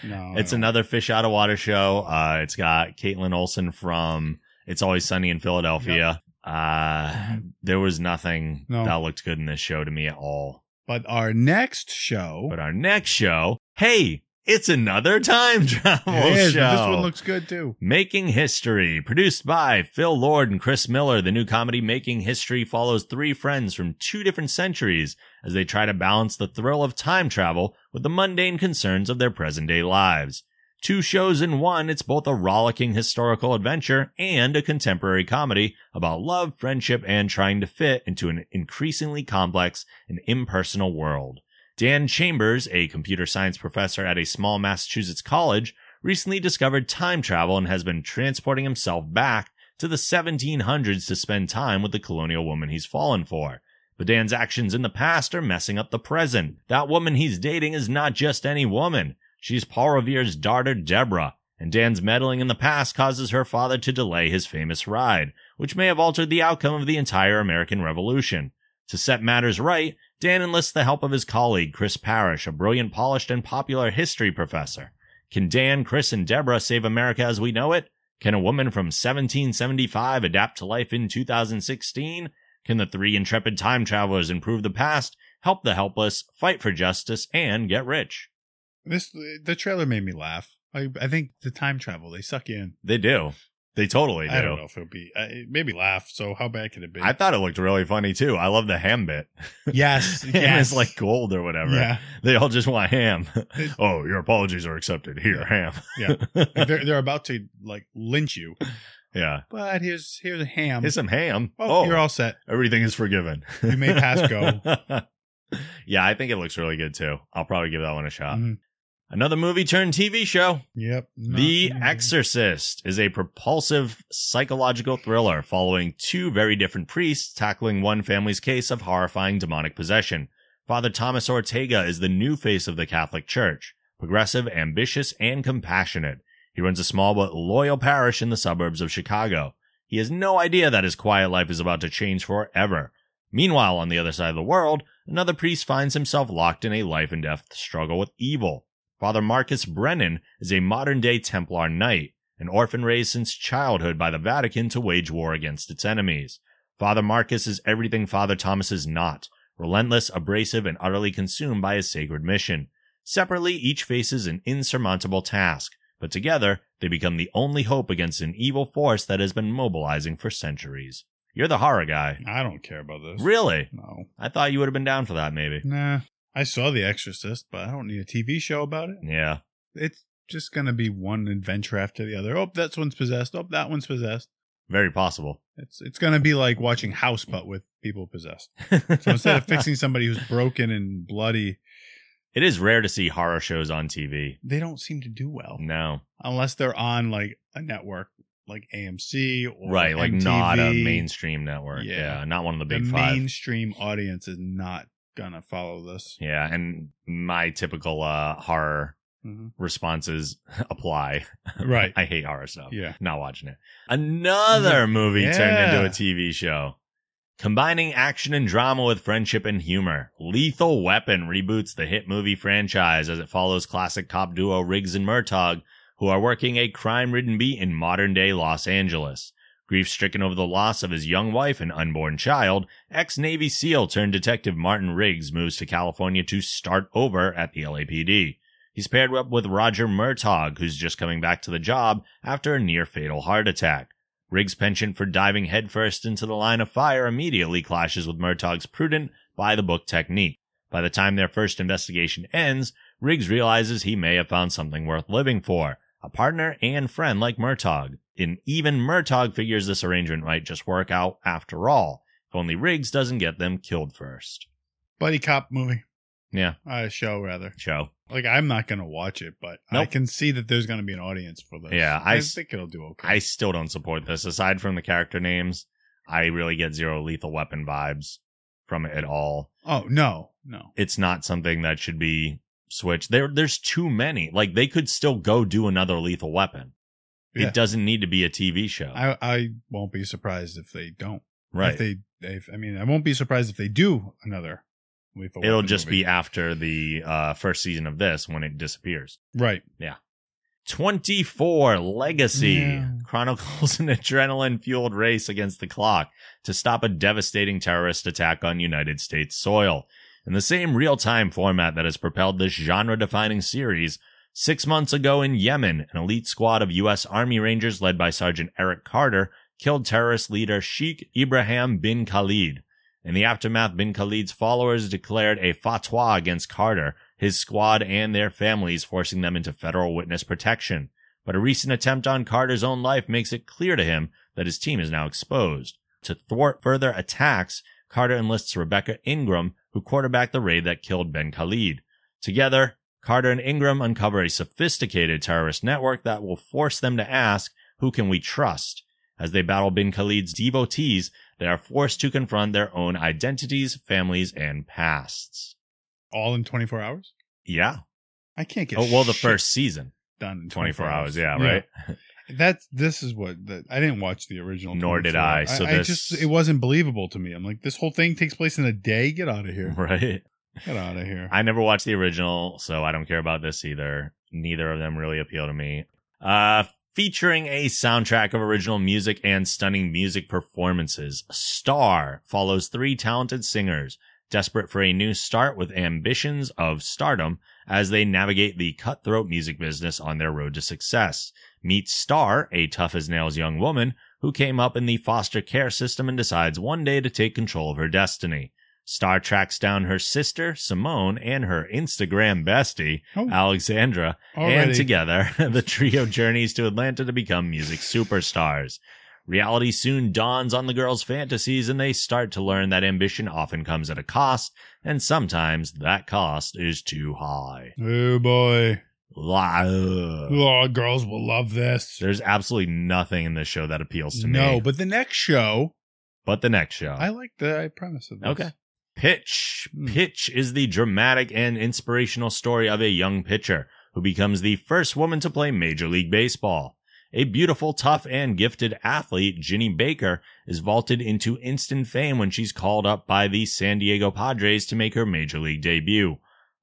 [SPEAKER 2] No, I
[SPEAKER 1] it's
[SPEAKER 2] don't.
[SPEAKER 1] another fish out of water show. Uh, it's got Caitlin Olsen from It's Always Sunny in Philadelphia. Uh, there was nothing
[SPEAKER 2] No.
[SPEAKER 1] that looked good in this show to me at all.
[SPEAKER 2] But our next show,
[SPEAKER 1] But our next show, hey, it's another time travel
[SPEAKER 2] It is,
[SPEAKER 1] show.
[SPEAKER 2] but this one looks good too.
[SPEAKER 1] Making History, produced by Phil Lord and Chris Miller, the new comedy Making History follows three friends from two different centuries as they try to balance the thrill of time travel with the mundane concerns of their present day lives. Two shows in one, it's both a rollicking historical adventure and a contemporary comedy about love, friendship, and trying to fit into an increasingly complex and impersonal world. Dan Chambers, a computer science professor at a small Massachusetts college, recently discovered time travel and has been transporting himself back to the 1700s to spend time with the colonial woman he's fallen for. But Dan's actions in the past are messing up the present. That woman he's dating is not just any woman. She's Paul Revere's daughter, Deborah. And Dan's meddling in the past causes her father to delay his famous ride, which may have altered the outcome of the entire American Revolution. To set matters right, Dan enlists the help of his colleague, Chris Parrish, a brilliant, polished, and popular history professor. Can Dan, Chris, and Deborah save America as we know it? Can a woman from 1775 adapt to life in 2016? Can the three intrepid time travelers improve the past, help the helpless, fight for justice, and get rich?
[SPEAKER 2] This the trailer made me laugh. I, I think the time travel they suck you in.
[SPEAKER 1] They do. They totally do.
[SPEAKER 2] I don't know if it'll be. I- It made me laugh. So how bad could it be?
[SPEAKER 1] I thought it looked really funny too. I love the ham bit.
[SPEAKER 2] yes,
[SPEAKER 1] Ham
[SPEAKER 2] yes,
[SPEAKER 1] is like gold or whatever.
[SPEAKER 2] yeah.
[SPEAKER 1] They all just want ham. oh, your apologies are accepted. Here, ham.
[SPEAKER 2] Like, they're they're about to like lynch you,
[SPEAKER 1] Yeah.
[SPEAKER 2] but here's here's a ham.
[SPEAKER 1] Here's some ham.
[SPEAKER 2] oh,
[SPEAKER 1] Oh,
[SPEAKER 2] you're all set.
[SPEAKER 1] everything is forgiven.
[SPEAKER 2] You may pass go.
[SPEAKER 1] yeah, I think it looks really good too. I'll probably give that one a shot.
[SPEAKER 2] Mhm.
[SPEAKER 1] Another movie turned TV show.
[SPEAKER 2] Yep.
[SPEAKER 1] The
[SPEAKER 2] Nothing.
[SPEAKER 1] Exorcist is a propulsive psychological thriller following two very different priests tackling one family's case of horrifying demonic possession. Father Thomas Ortega is the new face of the Catholic Church, progressive, ambitious, and compassionate. He runs a small but loyal parish in the suburbs of Chicago. He has no idea that his quiet life is about to change forever. Meanwhile, on the other side of the world, another priest finds himself locked in a life and death struggle with evil. Father Marcus Brennan is a modern day Templar knight, an orphan raised since childhood by the Vatican to wage war against its enemies. Father Marcus is everything Father Thomas is not relentless, abrasive, and utterly consumed by his sacred mission. Separately, each faces an insurmountable task, but together, they become the only hope against an evil force that has been mobilizing for centuries. You're the horror guy.
[SPEAKER 2] I don't care about this.
[SPEAKER 1] Really?
[SPEAKER 2] No.
[SPEAKER 1] I thought you would have been down for that, maybe.
[SPEAKER 2] Nah. I saw The Exorcist, but I don't need a TV show about it.
[SPEAKER 1] Yeah.
[SPEAKER 2] It's just gonna be one adventure after the other. Oh, that one's possessed. Oh, that one's possessed.
[SPEAKER 1] Very possible.
[SPEAKER 2] It's it's gonna be like watching House, but with people possessed. So instead of fixing somebody who's broken and bloody,
[SPEAKER 1] It is rare to see horror shows on TV.
[SPEAKER 2] they don't seem to do well
[SPEAKER 1] No.
[SPEAKER 2] unless they're on like a network like AMC or
[SPEAKER 1] Right, like not a
[SPEAKER 2] MTV.
[SPEAKER 1] mainstream network. Yeah.
[SPEAKER 2] Yeah.
[SPEAKER 1] not one of the
[SPEAKER 2] The
[SPEAKER 1] big five.
[SPEAKER 2] mainstream audience is not gonna follow this.
[SPEAKER 1] yeah, and my typical uh horror Mm-hmm.
[SPEAKER 2] Mhm.
[SPEAKER 1] responses apply.
[SPEAKER 2] Right.
[SPEAKER 1] I hate horror stuff.
[SPEAKER 2] Yeah.
[SPEAKER 1] Not watching it. Another movie turned
[SPEAKER 2] Yeah.
[SPEAKER 1] into a TV show. Combining action and drama with friendship and humor, Lethal Weapon reboots the hit movie franchise as it follows classic cop duo Riggs and Murtaugh, who are working a crime ridden beat in modern day Los Angeles. Grief stricken over the loss of his young wife and unborn child, ex Navy SEAL turned detective Martin Riggs moves to California to start over at the LAPD. He's paired up with Roger Murtaugh, who's just coming back to the job after a near fatal heart attack. Riggs' penchant for diving headfirst into the line of fire immediately clashes with Murtaugh's prudent, by the book technique. By the time their first investigation ends, Riggs realizes he may have found something worth living for a partner and friend like Murtaugh. And even Murtaugh figures this arrangement might just work out after all, if only Riggs doesn't get them killed first.
[SPEAKER 2] Buddy cop movie.
[SPEAKER 1] Yeah.
[SPEAKER 2] Uh, show rather.
[SPEAKER 1] Show.
[SPEAKER 2] Like I'm not gonna watch it, but I
[SPEAKER 1] Nope.
[SPEAKER 2] can see that there's gonna be an audience for this.
[SPEAKER 1] Yeah, I
[SPEAKER 2] I,
[SPEAKER 1] s-
[SPEAKER 2] think it'll do okay.
[SPEAKER 1] I still don't support this. Aside from the character names, I really get zero lethal weapon vibes from it at all.
[SPEAKER 2] oh no, no.
[SPEAKER 1] It's not something that should be switched. There there's too many. Like they could still go do another lethal weapon.
[SPEAKER 2] Yeah.
[SPEAKER 1] It doesn't need to be a TV show.
[SPEAKER 2] I I won't be surprised if they don't.
[SPEAKER 1] right.
[SPEAKER 2] If they, if I mean, I won't be surprised if they do another. Lethal
[SPEAKER 1] It'll
[SPEAKER 2] Weapon
[SPEAKER 1] just
[SPEAKER 2] movie.
[SPEAKER 1] be after the uh, first season of this when it disappears.
[SPEAKER 2] right.
[SPEAKER 1] 24 Legacy
[SPEAKER 2] Yeah.
[SPEAKER 1] chronicles an adrenaline fueled race against the clock to stop a devastating terrorist attack on United States soil. In the same real time format that has propelled this genre defining series, six months ago in Yemen, an elite squad of U.S. Army Rangers led by Sergeant Eric Carter killed terrorist leader Sheikh Ibrahim bin Khalid. In the aftermath, bin Khalid's followers declared a fatwa against Carter, his squad, and their families, forcing them into federal witness protection. But a recent attempt on Carter's own life makes it clear to him that his team is now exposed. To thwart further attacks, Carter enlists Rebecca Ingram, who quarterbacked the raid that killed Ben Khalid. Together, Carter and Ingram uncover a sophisticated terrorist network that will force them to ask, who can we trust? As they battle Bin Khalid's devotees, they are forced to confront their own identities, families, and pasts.
[SPEAKER 2] All in 24 hours?
[SPEAKER 1] Yeah.
[SPEAKER 2] I can't get
[SPEAKER 1] Oh, well, the
[SPEAKER 2] shit
[SPEAKER 1] first season,
[SPEAKER 2] done in
[SPEAKER 1] 24 hours. Yeah, right.
[SPEAKER 2] That's this is what the, I didn't watch the original.
[SPEAKER 1] Nor did
[SPEAKER 2] 24.
[SPEAKER 1] I, so
[SPEAKER 2] I,
[SPEAKER 1] this-
[SPEAKER 2] just it wasn't believable to me. I'm like, this whole thing takes place in a day. Get out of here.
[SPEAKER 1] Right.
[SPEAKER 2] Get out of here.
[SPEAKER 1] I never watched the original, so I don't care about this either. Neither of them really appeal to me. Uh, featuring a soundtrack of original music and stunning music performances, Star follows three talented singers desperate for a new start with ambitions of stardom as they navigate the cutthroat music business on their road to success. Meet Star, a tough as nails young woman who came up in the foster care system and decides one day to take control of her destiny. Star tracks down her sister, Simone, and her Instagram bestie,
[SPEAKER 2] Oh.
[SPEAKER 1] Alexandra,
[SPEAKER 2] Already.
[SPEAKER 1] and together, the trio journeys to Atlanta to become music superstars. Reality soon dawns on the girls' fantasies, and they start to learn that ambition often comes at a cost, and sometimes that cost is too high.
[SPEAKER 2] oh
[SPEAKER 1] Uh,
[SPEAKER 2] boy.
[SPEAKER 1] La- ugh.
[SPEAKER 2] Oh, girls will love this.
[SPEAKER 1] There's absolutely nothing in this show that appeals to me.
[SPEAKER 2] No, but the next show,
[SPEAKER 1] but the next show.
[SPEAKER 2] I like the premise of this.
[SPEAKER 1] Okay. Pitch.
[SPEAKER 2] Hmm.
[SPEAKER 1] Pitch is the dramatic and inspirational story of a young pitcher who becomes the first woman to play Major League Baseball. A beautiful, tough, and gifted athlete, Ginny Baker, is vaulted into instant fame when she's called up by the San Diego Padres to make her Major League debut.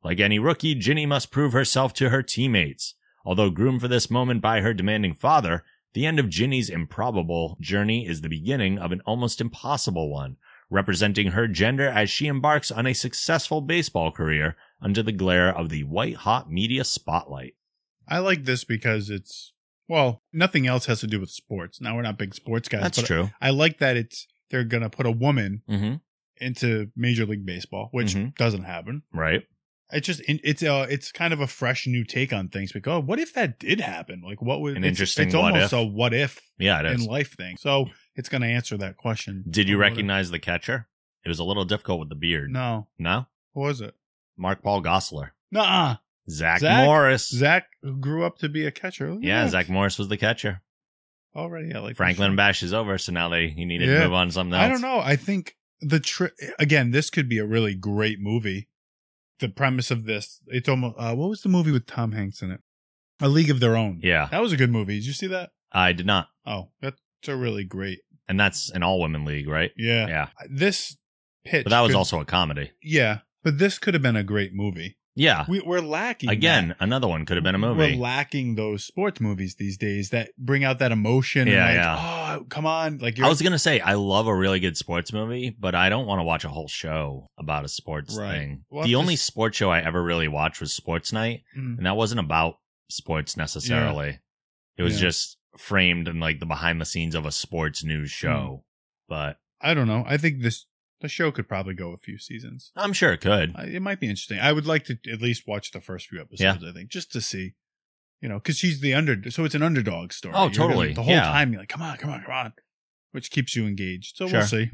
[SPEAKER 1] Like any rookie, Ginny must prove herself to her teammates. Although groomed for this moment by her demanding father, the end of Ginny's improbable journey is the beginning of an almost impossible one representing her gender as she embarks on a successful baseball career under the glare of the white hot media spotlight.
[SPEAKER 2] I like this because it's well, nothing else has to do with sports. Now we're not big sports guys.
[SPEAKER 1] That's
[SPEAKER 2] but
[SPEAKER 1] true.
[SPEAKER 2] I like that it's they're gonna put a woman
[SPEAKER 1] hmm
[SPEAKER 2] into Major League Baseball, which
[SPEAKER 1] Mhm.
[SPEAKER 2] doesn't happen.
[SPEAKER 1] Right.
[SPEAKER 2] It's just in- it's uh it's kind of a fresh new take on things. Like, oh, what if that did happen? Like, what would
[SPEAKER 1] An
[SPEAKER 2] it's-
[SPEAKER 1] interesting
[SPEAKER 2] It's
[SPEAKER 1] what
[SPEAKER 2] almost
[SPEAKER 1] if.
[SPEAKER 2] a what if
[SPEAKER 1] Yeah, it
[SPEAKER 2] in
[SPEAKER 1] is.
[SPEAKER 2] life thing. So it's going to answer that question.
[SPEAKER 1] Did you
[SPEAKER 2] What if-
[SPEAKER 1] recognize the catcher? It was a little difficult with the beard.
[SPEAKER 2] No,
[SPEAKER 1] No?
[SPEAKER 2] what was it?
[SPEAKER 1] Mark Paul Gossler.
[SPEAKER 2] Nah,
[SPEAKER 1] Zach,
[SPEAKER 2] Zach?
[SPEAKER 1] Morris.
[SPEAKER 2] Zach who grew up to be a catcher. Look at
[SPEAKER 1] Yeah,
[SPEAKER 2] that.
[SPEAKER 1] Zach Morris was the catcher.
[SPEAKER 2] Already, I like
[SPEAKER 1] Franklin
[SPEAKER 2] this.
[SPEAKER 1] Bash is over, so now they he needed
[SPEAKER 2] Yeah.
[SPEAKER 1] to move on to something else.
[SPEAKER 2] I don't know. I think the tri- again, this could be a really great movie. The premise of this, it's almost uh, what was the movie with Tom Hanks in it? A League of Their Own.
[SPEAKER 1] Yeah,
[SPEAKER 2] that was a good movie. Did you see that?
[SPEAKER 1] I did not.
[SPEAKER 2] Oh, that's a really great.
[SPEAKER 1] And that's an all women league, right?
[SPEAKER 2] Yeah,
[SPEAKER 1] Yeah.
[SPEAKER 2] this pitch.
[SPEAKER 1] But that was
[SPEAKER 2] could-
[SPEAKER 1] also a comedy.
[SPEAKER 2] yeah. But this could have been a great movie.
[SPEAKER 1] Yeah.
[SPEAKER 2] We, we're lacking
[SPEAKER 1] Again,
[SPEAKER 2] that.
[SPEAKER 1] another one could have been a movie.
[SPEAKER 2] We're lacking those sports movies these days that bring out that emotion.
[SPEAKER 1] Yeah,
[SPEAKER 2] and like, Oh, come on! Like you're
[SPEAKER 1] I was gonna say I love a really good sports movie, but I don't want to watch a whole show about a sports
[SPEAKER 2] Right.
[SPEAKER 1] thing.
[SPEAKER 2] Well,
[SPEAKER 1] the
[SPEAKER 2] I'm
[SPEAKER 1] only
[SPEAKER 2] just-
[SPEAKER 1] sports show I ever really watched was Sports Night,
[SPEAKER 2] Mm.
[SPEAKER 1] and that wasn't about sports necessarily. It was
[SPEAKER 2] Yeah.
[SPEAKER 1] just framed in like the behind the scenes of a sports news
[SPEAKER 2] Hmm.
[SPEAKER 1] show. But
[SPEAKER 2] I don't know. I think this the show could probably go a few seasons.
[SPEAKER 1] I'm sure it could.
[SPEAKER 2] I- It might be interesting. I would like to at least watch the first few episodes. I think just to see, you know, because she's the under. So it's an underdog story.
[SPEAKER 1] Oh,
[SPEAKER 2] You're gonna-
[SPEAKER 1] totally.
[SPEAKER 2] the whole
[SPEAKER 1] Yeah.
[SPEAKER 2] time you're like, come on, come on, come on, which keeps you engaged. So
[SPEAKER 1] Sure.
[SPEAKER 2] we'll see.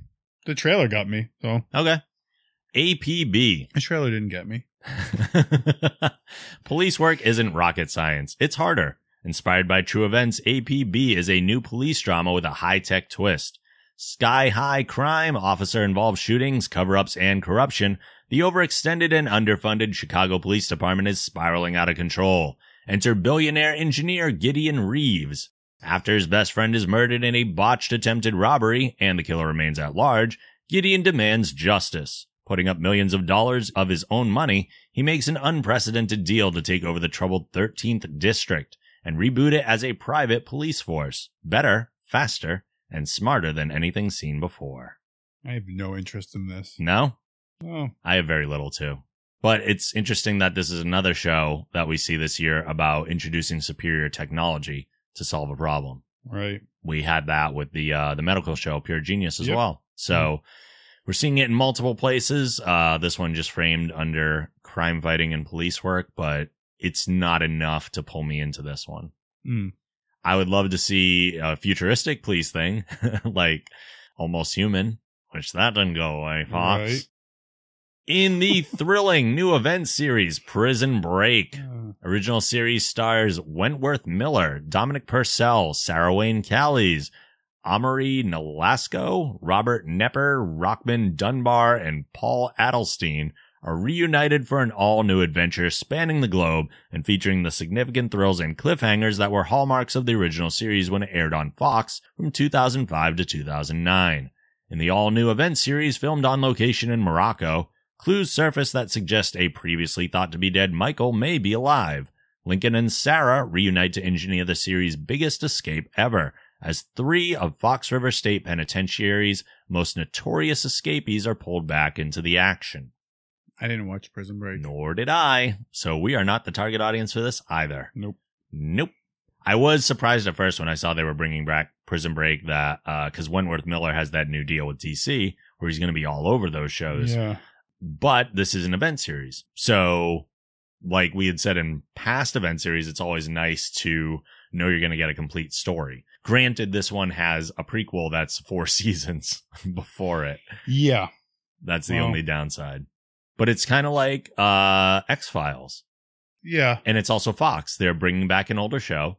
[SPEAKER 2] The trailer got me. So
[SPEAKER 1] Okay. APB.
[SPEAKER 2] the trailer didn't get me.
[SPEAKER 1] police work isn't rocket science, it's harder. Inspired by true events, APB is a new police drama with a high tech twist. Sky high crime, officer involved shootings, cover ups, and corruption, the overextended and underfunded Chicago Police Department is spiraling out of control. Enter billionaire engineer Gideon Reeves. After his best friend is murdered in a botched attempted robbery and the killer remains at large, Gideon demands justice. Putting up millions of dollars of his own money, he makes an unprecedented deal to take over the troubled 13th district and reboot it as a private police force, better, faster, and smarter than anything seen before.
[SPEAKER 2] I have no interest in this.
[SPEAKER 1] No,
[SPEAKER 2] Oh,
[SPEAKER 1] I have very little too. But it's interesting that this is another show that we see this year about introducing superior technology to solve a problem.
[SPEAKER 2] right.
[SPEAKER 1] We had that with the uh, the medical show Pure Genius as
[SPEAKER 2] Yep. Mm-hmm.
[SPEAKER 1] well. So we're seeing it in multiple places. Uh, this one just framed under crime fighting and police work, but it's not enough to pull me into this one.
[SPEAKER 2] Mm.
[SPEAKER 1] I would love to see a futuristic police thing, like almost human, which that doesn't go away, Fox.
[SPEAKER 2] Right.
[SPEAKER 1] In the thrilling new event series, Prison Break.
[SPEAKER 2] Uh,
[SPEAKER 1] Original series stars Wentworth Miller, Dominic Purcell, Sarah Wayne Callies, Omri Nolasco, Robert Nepper, Rockman Dunbar, and Paul Adelstein are reunited for an all new adventure spanning the globe and featuring the significant thrills and cliffhangers that were hallmarks of the original series when it aired on Fox from 2005 to 2009. In the all new event series filmed on location in Morocco, clues surface that suggest a previously thought to be dead Michael may be alive. Lincoln and Sarah reunite to engineer the series' biggest escape ever, as three of Fox River State Penitentiary's most notorious escapees are pulled back into the action.
[SPEAKER 2] I didn't watch Prison Break.
[SPEAKER 1] Nor did I. So we are not the target audience for this either.
[SPEAKER 2] Nope.
[SPEAKER 1] Nope. I was surprised at first when I saw they were bringing back Prison Break that because Wentworth Miller has that new deal with DC where he's going to be all over those shows.
[SPEAKER 2] Yeah.
[SPEAKER 1] But this is an event series, so like we had said in past event series, it's always nice to know you're going to get a complete story. Granted, this one has a prequel that's four seasons before it.
[SPEAKER 2] Yeah.
[SPEAKER 1] That's the
[SPEAKER 2] Wow.
[SPEAKER 1] only downside. But it's kind of like uh, X Files,
[SPEAKER 2] Yeah.
[SPEAKER 1] and it's also Fox. They're bringing back an older show,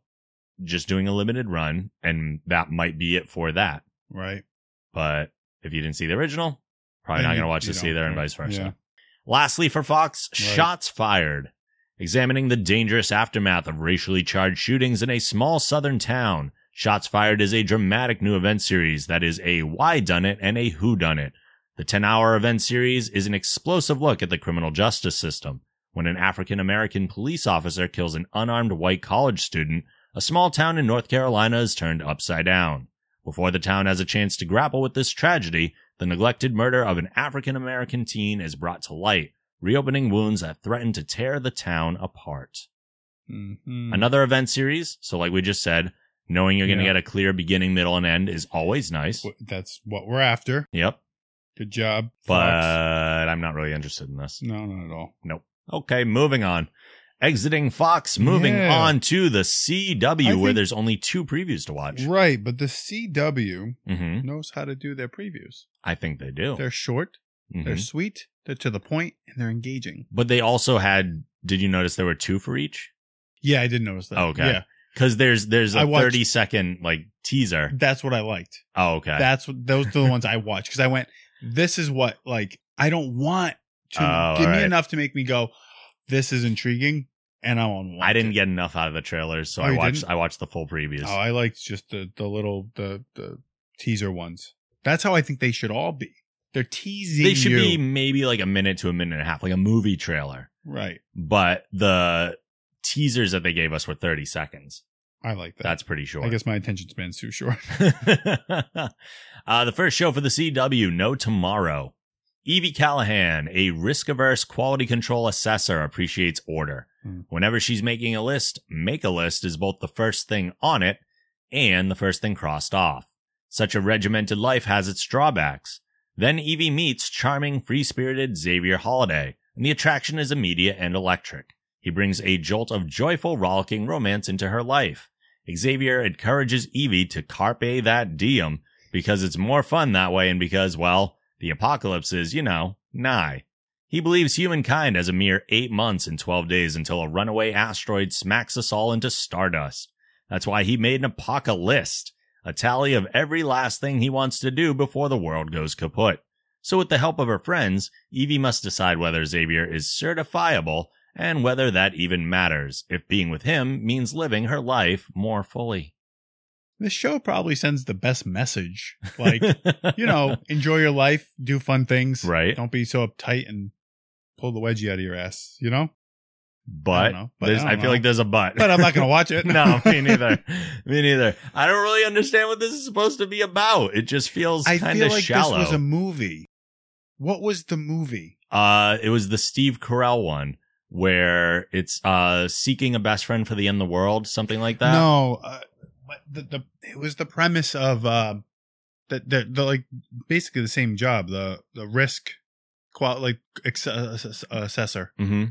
[SPEAKER 1] just doing a limited run, and that might be it for that.
[SPEAKER 2] Right.
[SPEAKER 1] But if you didn't see the original, probably
[SPEAKER 2] Then
[SPEAKER 1] not
[SPEAKER 2] you-
[SPEAKER 1] going to watch
[SPEAKER 2] you
[SPEAKER 1] this
[SPEAKER 2] don't,
[SPEAKER 1] either, and
[SPEAKER 2] right.
[SPEAKER 1] vice versa.
[SPEAKER 2] Yeah.
[SPEAKER 1] Lastly, for Fox,
[SPEAKER 2] Right.
[SPEAKER 1] shots fired. Examining the dangerous aftermath of racially charged shootings in a small southern town, Shots Fired is a dramatic new event series that is a why done it and a who done it. The 10 hour event series is an explosive look at the criminal justice system. When an African American police officer kills an unarmed white college student, a small town in North Carolina is turned upside down. Before the town has a chance to grapple with this tragedy, the neglected murder of an African American teen is brought to light, reopening wounds that threaten to tear the town apart.
[SPEAKER 2] Mhm.
[SPEAKER 1] Another event series, so like we just said, knowing you're going to
[SPEAKER 2] Yeah.
[SPEAKER 1] get a clear beginning, middle, and end is always nice.
[SPEAKER 2] Wh- That's what we're after.
[SPEAKER 1] Yep.
[SPEAKER 2] Good job.
[SPEAKER 1] But
[SPEAKER 2] Fox.
[SPEAKER 1] I'm not really interested in this.
[SPEAKER 2] no, not at all.
[SPEAKER 1] Okay, moving on. Exiting Fox, moving
[SPEAKER 2] Yeah.
[SPEAKER 1] on to the CW,
[SPEAKER 2] I
[SPEAKER 1] where
[SPEAKER 2] think-
[SPEAKER 1] there's only two previews to watch.
[SPEAKER 2] Right, but the CW
[SPEAKER 1] hmm
[SPEAKER 2] knows how to do their previews.
[SPEAKER 1] I think they do.
[SPEAKER 2] They're short,
[SPEAKER 1] Mhm.
[SPEAKER 2] they're sweet, they're to the point, and they're engaging.
[SPEAKER 1] But they also had. Did you notice there were two for each?
[SPEAKER 2] Yeah, I did notice that.
[SPEAKER 1] Okay.
[SPEAKER 2] Yeah,
[SPEAKER 1] Because there's there's
[SPEAKER 2] I
[SPEAKER 1] a
[SPEAKER 2] watched-
[SPEAKER 1] thirty second like teaser.
[SPEAKER 2] that's what I liked.
[SPEAKER 1] Oh, okay.
[SPEAKER 2] That's what those are the ones I watched because I went, this is what like I don't want to
[SPEAKER 1] Oh,
[SPEAKER 2] give
[SPEAKER 1] alright.
[SPEAKER 2] me enough to make me go, this is intriguing, and I want.
[SPEAKER 1] I didn't get enough out of the trailers, so
[SPEAKER 2] Oh,
[SPEAKER 1] I
[SPEAKER 2] you
[SPEAKER 1] watched
[SPEAKER 2] didn't?
[SPEAKER 1] I watched the full previews.
[SPEAKER 2] Oh, I liked just the the little the the teaser ones. That's how I think they should all be. They're teasing.
[SPEAKER 1] they should
[SPEAKER 2] you.
[SPEAKER 1] be maybe like a minute to a minute and a half, like a movie trailer.
[SPEAKER 2] right.
[SPEAKER 1] But the teasers that they gave us were thirty seconds.
[SPEAKER 2] I like that.
[SPEAKER 1] That's pretty short.
[SPEAKER 2] I guess my attention span's too short.
[SPEAKER 1] uh, the first show for the CW, No Tomorrow. Evie Callahan, a risk averse quality control assessor, appreciates order.
[SPEAKER 2] Hmm.
[SPEAKER 1] Whenever she's making a list, make a list is both the first thing on it and the first thing crossed off. Such a regimented life has its drawbacks. Then Evie meets charming, free spirited Xavier Holiday, and the attraction is immediate and electric. He brings a jolt of joyful, rollicking romance into her life. Xavier encourages Evie to carpe that diem because it's more fun that way and because, well, the apocalypse is, you know, nigh. He believes humankind has a mere eight months and 12 days until a runaway asteroid smacks us all into stardust. That's why he made an apocalypse, a tally of every last thing he wants to do before the world goes kaput. So with the help of her friends, Evie must decide whether Xavier is certifiable and whether that even matters, if being with him means living her life more fully.
[SPEAKER 2] This show probably sends the best message. Like, you know, enjoy your life, do fun things.
[SPEAKER 1] right?
[SPEAKER 2] Don't be so uptight and pull the wedgie out of your ass, you know? I
[SPEAKER 1] But,
[SPEAKER 2] don't know, but
[SPEAKER 1] there's,
[SPEAKER 2] I
[SPEAKER 1] I,
[SPEAKER 2] don't
[SPEAKER 1] feel
[SPEAKER 2] know.
[SPEAKER 1] like there's a but.
[SPEAKER 2] But I'm not going to watch it.
[SPEAKER 1] no, me neither. me neither. I don't really understand what this is supposed to be about. It just feels
[SPEAKER 2] I
[SPEAKER 1] kind
[SPEAKER 2] feel
[SPEAKER 1] of
[SPEAKER 2] like
[SPEAKER 1] shallow.
[SPEAKER 2] this was a movie. What was the movie?
[SPEAKER 1] uh, it was the Steve Carell one where it's uh seeking a best friend for the end of the world, something like that.
[SPEAKER 2] no, uh, what- the, the it was the premise of uh, that the, the like basically the same job, the the risk qual like ex- uh, ass- assessor.
[SPEAKER 1] Mm-hmm.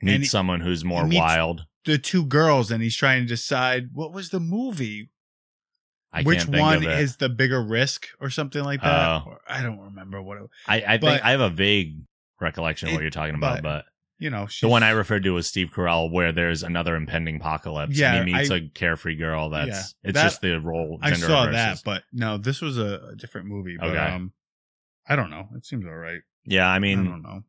[SPEAKER 1] Meet
[SPEAKER 2] he-
[SPEAKER 1] someone who's more
[SPEAKER 2] he meets-
[SPEAKER 1] wild.
[SPEAKER 2] The two girls, and he's trying to decide what was the movie
[SPEAKER 1] I
[SPEAKER 2] which
[SPEAKER 1] can't think
[SPEAKER 2] one
[SPEAKER 1] of it.
[SPEAKER 2] is the bigger risk or something like that.
[SPEAKER 1] Oh.
[SPEAKER 2] Or- I don't remember what it
[SPEAKER 1] I, I
[SPEAKER 2] But-
[SPEAKER 1] think I have a vague recollection of what
[SPEAKER 2] It-
[SPEAKER 1] you're talking about, but
[SPEAKER 2] you know, she's,
[SPEAKER 1] The one I referred to was Steve Carell, where there's another impending apocalypse.
[SPEAKER 2] Yeah,
[SPEAKER 1] and he meets
[SPEAKER 2] I-
[SPEAKER 1] a carefree girl. That's
[SPEAKER 2] Yeah.
[SPEAKER 1] it's
[SPEAKER 2] That-
[SPEAKER 1] just the role.
[SPEAKER 2] I
[SPEAKER 1] gender
[SPEAKER 2] saw
[SPEAKER 1] reverses.
[SPEAKER 2] that, but no, this was a, a different movie. But
[SPEAKER 1] Okay.
[SPEAKER 2] um, I don't know. It seems all right.
[SPEAKER 1] Yeah, I
[SPEAKER 2] I,
[SPEAKER 1] mean,
[SPEAKER 2] don't know.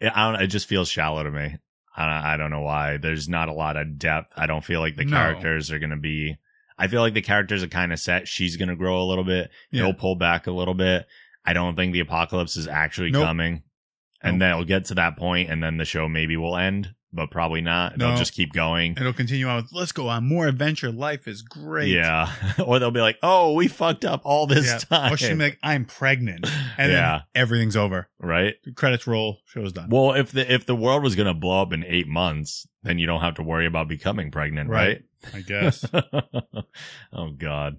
[SPEAKER 1] it, I don't, it just feels shallow to me. I, I don't know why. There's not a lot of depth. I don't feel like the
[SPEAKER 2] No.
[SPEAKER 1] characters are going to be. I feel like the characters are kind of set. She's going to grow a little bit.
[SPEAKER 2] Yeah.
[SPEAKER 1] He'll pull back a little bit. I don't think the apocalypse is actually
[SPEAKER 2] Nope.
[SPEAKER 1] coming. And then it'll get to that point, and then the show maybe will end, but probably not.
[SPEAKER 2] No.
[SPEAKER 1] They'll just keep going.
[SPEAKER 2] It'll continue on with "Let's go on more adventure. Life is great."
[SPEAKER 1] Yeah. or they'll be like, oh, we fucked up all this
[SPEAKER 2] Yeah.
[SPEAKER 1] time.
[SPEAKER 2] Or she'll be like, "I'm pregnant," and
[SPEAKER 1] yeah.
[SPEAKER 2] then everything's over.
[SPEAKER 1] Right.
[SPEAKER 2] Credits roll. Show's done.
[SPEAKER 1] Well, if the if the world was gonna blow up in eight months, then you don't have to worry about becoming pregnant, right?
[SPEAKER 2] Right. I guess.
[SPEAKER 1] oh God.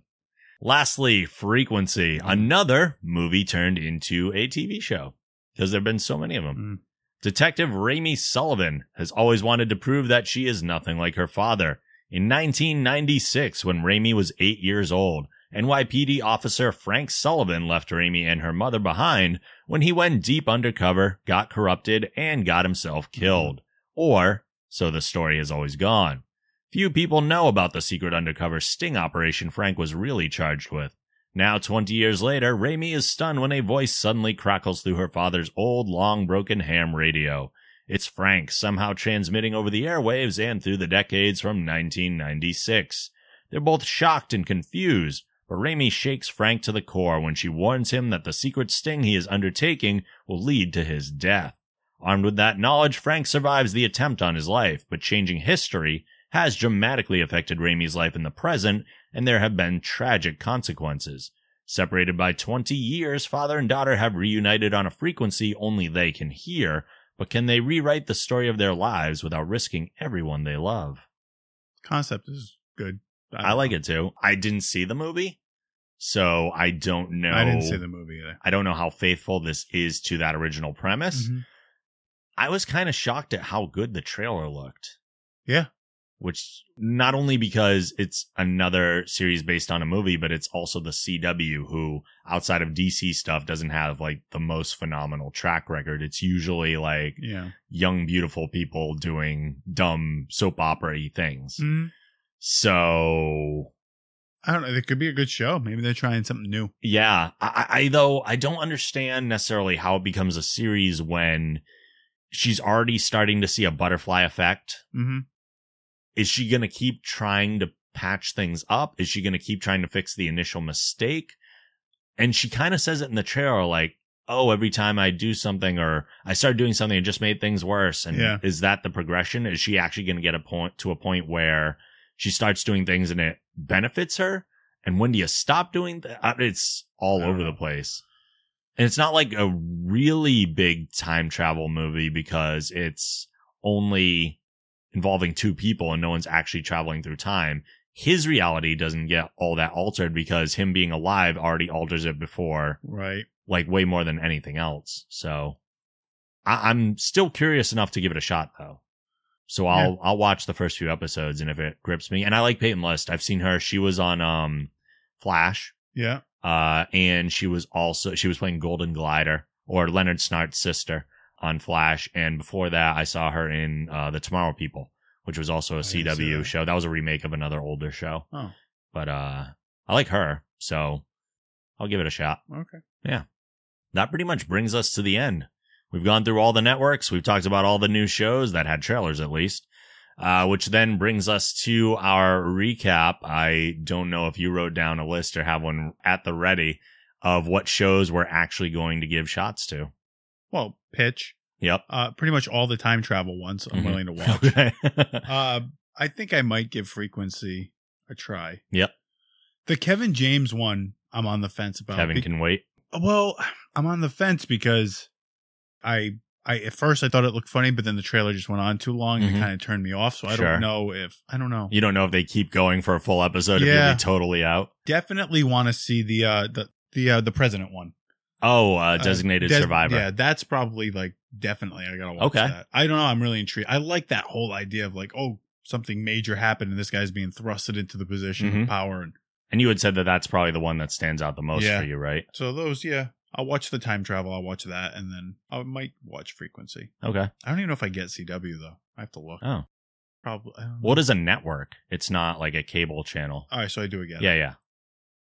[SPEAKER 1] Lastly, frequency. Another movie turned into a TV show because there have been so many of them. Detective Ramey Sullivan has always wanted to prove that she is nothing like her father. In 1996, when Ramey was eight years old, NYPD officer Frank Sullivan left Ramey and her mother behind when he went deep undercover, got corrupted, and got himself killed. Or, so the story has always gone. Few people know about the secret undercover sting operation Frank was really charged with. Now, 20 years later, Raimi is stunned when a voice suddenly crackles through her father's old, long broken ham radio. It's Frank, somehow transmitting over the airwaves and through the decades from 1996. They're both shocked and confused, but Raimi shakes Frank to the core when she warns him that the secret sting he is undertaking will lead to his death. Armed with that knowledge, Frank survives the attempt on his life, but changing history has dramatically affected Raimi's life in the present, and there have been tragic consequences. Separated by 20 years, father and daughter have reunited on a frequency only they can hear, but can they rewrite the story of their lives without risking everyone they love?
[SPEAKER 2] Concept is good.
[SPEAKER 1] I like it too. I didn't see the movie, so I don't know.
[SPEAKER 2] I didn't see the movie either.
[SPEAKER 1] I don't know how faithful this is to that original premise.
[SPEAKER 2] Mm-hmm.
[SPEAKER 1] I was kind of shocked at how good the trailer looked.
[SPEAKER 2] Yeah.
[SPEAKER 1] Which not only because it's another series based on a movie, but it's also the CW who outside of DC stuff doesn't have like the most phenomenal track record. It's usually like
[SPEAKER 2] Yeah.
[SPEAKER 1] young, beautiful people doing dumb soap opera things.
[SPEAKER 2] Mhm.
[SPEAKER 1] So
[SPEAKER 2] I don't know. It could be a good show. Maybe they're trying something new.
[SPEAKER 1] Yeah, I, I I though I don't understand necessarily how it becomes a series when she's already starting to see a butterfly effect.
[SPEAKER 2] Mm-hmm.
[SPEAKER 1] Is she going to keep trying to patch things up? Is she going to keep trying to fix the initial mistake? And she kind of says it in the trailer, like, "Oh, every time I do something or I start doing something, it just made things worse." And
[SPEAKER 2] Yeah.
[SPEAKER 1] is that the progression? Is she actually going to get a point to a point where she starts doing things and it benefits her? And when do you stop doing that? It's all
[SPEAKER 2] I don't
[SPEAKER 1] over the
[SPEAKER 2] know.
[SPEAKER 1] place. And it's not like a really big time travel movie because it's only involving two people and no one's actually traveling through time. His reality doesn't get all that altered because him being alive already alters it before,
[SPEAKER 2] Right.
[SPEAKER 1] like way more than anything else. So I- I'm still curious enough to give it a shot though. So I'll I'll watch the first few episodes and if it grips me. And I like Peyton List. I've seen her. She was on um Flash
[SPEAKER 2] Yeah.
[SPEAKER 1] uh, and she was also she was playing Golden Glider or Leonard Snart's sister on Flash. And before that, I saw her in uh, the Tomorrow People, which was also a
[SPEAKER 2] I didn't see
[SPEAKER 1] CW
[SPEAKER 2] that.
[SPEAKER 1] show. That was a remake of another older show.
[SPEAKER 2] Oh.
[SPEAKER 1] But uh, I like her, so I'll give it a shot.
[SPEAKER 2] Okay.
[SPEAKER 1] That pretty much brings us to the end. We've gone through all the networks. We've talked about all the new shows that had trailers, at least. Uh, which then brings us to our recap. I don't know if you wrote down a list or have one at the ready of what shows we're actually going to give shots to.
[SPEAKER 2] Well, pitch.
[SPEAKER 1] Yep.
[SPEAKER 2] Uh, pretty much all the time travel ones I'm
[SPEAKER 1] Mhm.
[SPEAKER 2] willing to watch.
[SPEAKER 1] Okay.
[SPEAKER 2] uh, I think I might give frequency a try.
[SPEAKER 1] Yep.
[SPEAKER 2] The Kevin James one, I'm on the fence about.
[SPEAKER 1] Kevin
[SPEAKER 2] Be-
[SPEAKER 1] can wait.
[SPEAKER 2] well, I'm on the fence because I, I at first I thought it looked funny, but then the trailer just went on too long and
[SPEAKER 1] Mhm.
[SPEAKER 2] it kind of turned me off. So I
[SPEAKER 1] Sure.
[SPEAKER 2] don't know if I don't know.
[SPEAKER 1] You don't know if they keep going for a full episode if you'll
[SPEAKER 2] Yeah.
[SPEAKER 1] be totally out.
[SPEAKER 2] Definitely want to see the uh the the uh, the president one.
[SPEAKER 1] Oh, uh,
[SPEAKER 2] Uh,
[SPEAKER 1] designated
[SPEAKER 2] Des-
[SPEAKER 1] survivor.
[SPEAKER 2] Yeah, that's probably like definitely I gotta watch
[SPEAKER 1] Okay.
[SPEAKER 2] that. I don't know. I'm really intrigued. I like that whole idea of like, oh, something major happened and this guy's being thrusted into the position
[SPEAKER 1] Mhm.
[SPEAKER 2] of power. And
[SPEAKER 1] And you had said that that's probably the one that stands out the most
[SPEAKER 2] Yeah.
[SPEAKER 1] for you, right?
[SPEAKER 2] so those, yeah, I'll watch the time travel. I'll watch that, and then I might watch Frequency.
[SPEAKER 1] Okay.
[SPEAKER 2] I don't even know if I get CW though. I have to look.
[SPEAKER 1] Oh.
[SPEAKER 2] Probably. I don't know.
[SPEAKER 1] What is a network? It's not like a cable channel.
[SPEAKER 2] All right, so I do again.
[SPEAKER 1] Yeah, yeah.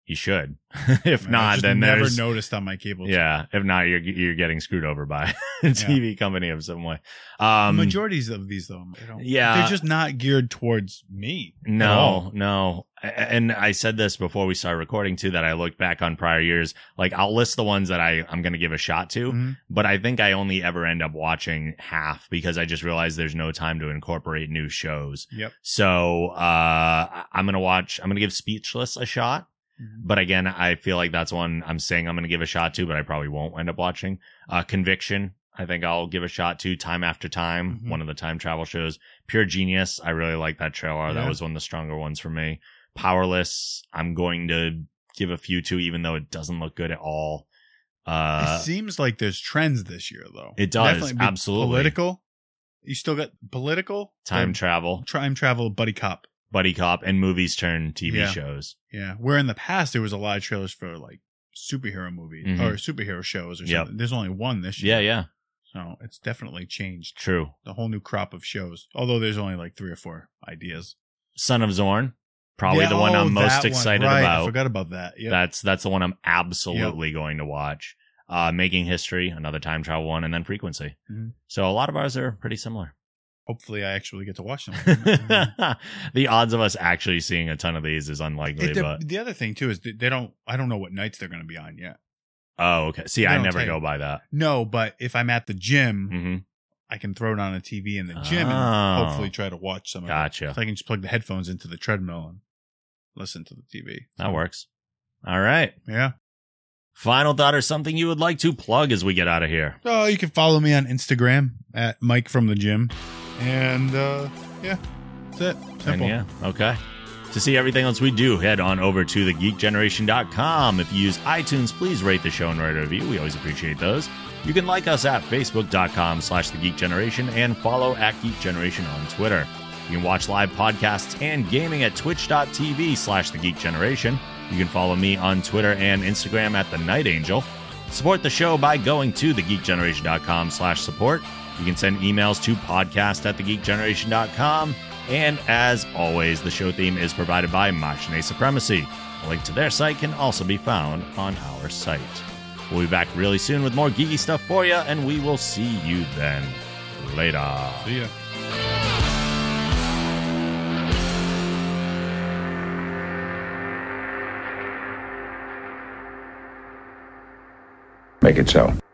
[SPEAKER 1] You should. if
[SPEAKER 2] I
[SPEAKER 1] not,
[SPEAKER 2] just
[SPEAKER 1] then
[SPEAKER 2] never
[SPEAKER 1] there's
[SPEAKER 2] noticed on my cable.
[SPEAKER 1] yeah. If not, you're you're getting screwed over by a TV company of some way. Um,
[SPEAKER 2] Majorities of these though, I don't,
[SPEAKER 1] Yeah.
[SPEAKER 2] they're just not geared towards me. at
[SPEAKER 1] No,
[SPEAKER 2] all.
[SPEAKER 1] no. A- And I said this before we started recording too that I looked back on prior years. Like I'll list the ones that I, I'm going to give a shot to,
[SPEAKER 2] Mhm.
[SPEAKER 1] but I think I only ever end up watching half because I just realized there's no time to incorporate new shows.
[SPEAKER 2] Yep.
[SPEAKER 1] So uh, I- I'm going to watch, I'm going to give Speechless a shot.
[SPEAKER 2] Mhm.
[SPEAKER 1] But again, I feel like that's one I'm saying I'm going to give a shot to, but I probably won't end up watching. Uh, Conviction, I think I'll give a shot to time after time,
[SPEAKER 2] Mhm.
[SPEAKER 1] one of the time travel shows. Pure Genius, I really like that trailer. That
[SPEAKER 2] Yeah.
[SPEAKER 1] was one of the stronger ones for me. Powerless, I'm going to give a few to, even though it doesn't look good at all. Uh,
[SPEAKER 2] it seems like there's trends this year though.
[SPEAKER 1] It does,
[SPEAKER 2] be
[SPEAKER 1] absolutely.
[SPEAKER 2] Political. You still got political
[SPEAKER 1] time
[SPEAKER 2] or
[SPEAKER 1] travel,
[SPEAKER 2] time travel buddy cop.
[SPEAKER 1] buddy cop, and movies turn TV
[SPEAKER 2] Yeah.
[SPEAKER 1] shows.
[SPEAKER 2] Yeah. Where in the past there was a lot of trailers for like superhero movies
[SPEAKER 1] Mhm.
[SPEAKER 2] or superhero shows or
[SPEAKER 1] Yep.
[SPEAKER 2] something. There's only one this
[SPEAKER 1] Yeah,
[SPEAKER 2] year.
[SPEAKER 1] yeah,
[SPEAKER 2] So it's definitely changed.
[SPEAKER 1] true.
[SPEAKER 2] The whole new crop of shows. Although there's only like three or four ideas.
[SPEAKER 1] Son of Zorn, probably
[SPEAKER 2] Yeah,
[SPEAKER 1] the one
[SPEAKER 2] oh,
[SPEAKER 1] I'm
[SPEAKER 2] that
[SPEAKER 1] most
[SPEAKER 2] one.
[SPEAKER 1] excited
[SPEAKER 2] Right, I
[SPEAKER 1] about.
[SPEAKER 2] forgot about that. Yeah.
[SPEAKER 1] That's that's the one I'm absolutely going to watch. Uh, Making History, another time travel one, and then Frequency.
[SPEAKER 2] Mhm.
[SPEAKER 1] So a lot of ours are pretty similar.
[SPEAKER 2] Hopefully I actually get to watch them.
[SPEAKER 1] the odds of us actually seeing a ton of these is unlikely,
[SPEAKER 2] Mm-hmm. It de-
[SPEAKER 1] but
[SPEAKER 2] the other thing too is that they don't I don't know what nights they're going to be on yet.
[SPEAKER 1] oh, okay. See,
[SPEAKER 2] They
[SPEAKER 1] I
[SPEAKER 2] don't
[SPEAKER 1] never
[SPEAKER 2] take-
[SPEAKER 1] go by that.
[SPEAKER 2] No, but if I'm at the gym,
[SPEAKER 1] hmm
[SPEAKER 2] I can throw it on a TV in the gym
[SPEAKER 1] Oh.
[SPEAKER 2] and hopefully try to watch some of
[SPEAKER 1] Gotcha.
[SPEAKER 2] it. So I can just plug the headphones into the treadmill and listen to the TV.
[SPEAKER 1] That works. All right.
[SPEAKER 2] Yeah.
[SPEAKER 1] Final thought or something you would like to plug as we get out of here.
[SPEAKER 2] Oh, you can follow me on Instagram at Mike from the gym. And uh yeah. That's it.
[SPEAKER 1] And
[SPEAKER 2] Simple.
[SPEAKER 1] yeah, okay. To see everything else we do, head on over to thegeekgeneration.com. If you use iTunes, please rate the show and write a review. We always appreciate those. You can like us at facebook.com slash thegeekgeneration and follow at Geek Generation on Twitter. You can watch live podcasts and gaming at twitch.tv slash thegeekgeneration. You can follow me on Twitter and Instagram at the Night Angel. Support the show by going to thegeekgeneration.com slash support. You can send emails to podcast at thegeekgeneration.com. And as always, the show theme is provided by Machine Supremacy. A link to their site can also be found on our site. We'll be back really soon with more geeky stuff for you, and we will see you then. Later.
[SPEAKER 2] See ya.
[SPEAKER 4] Make it so.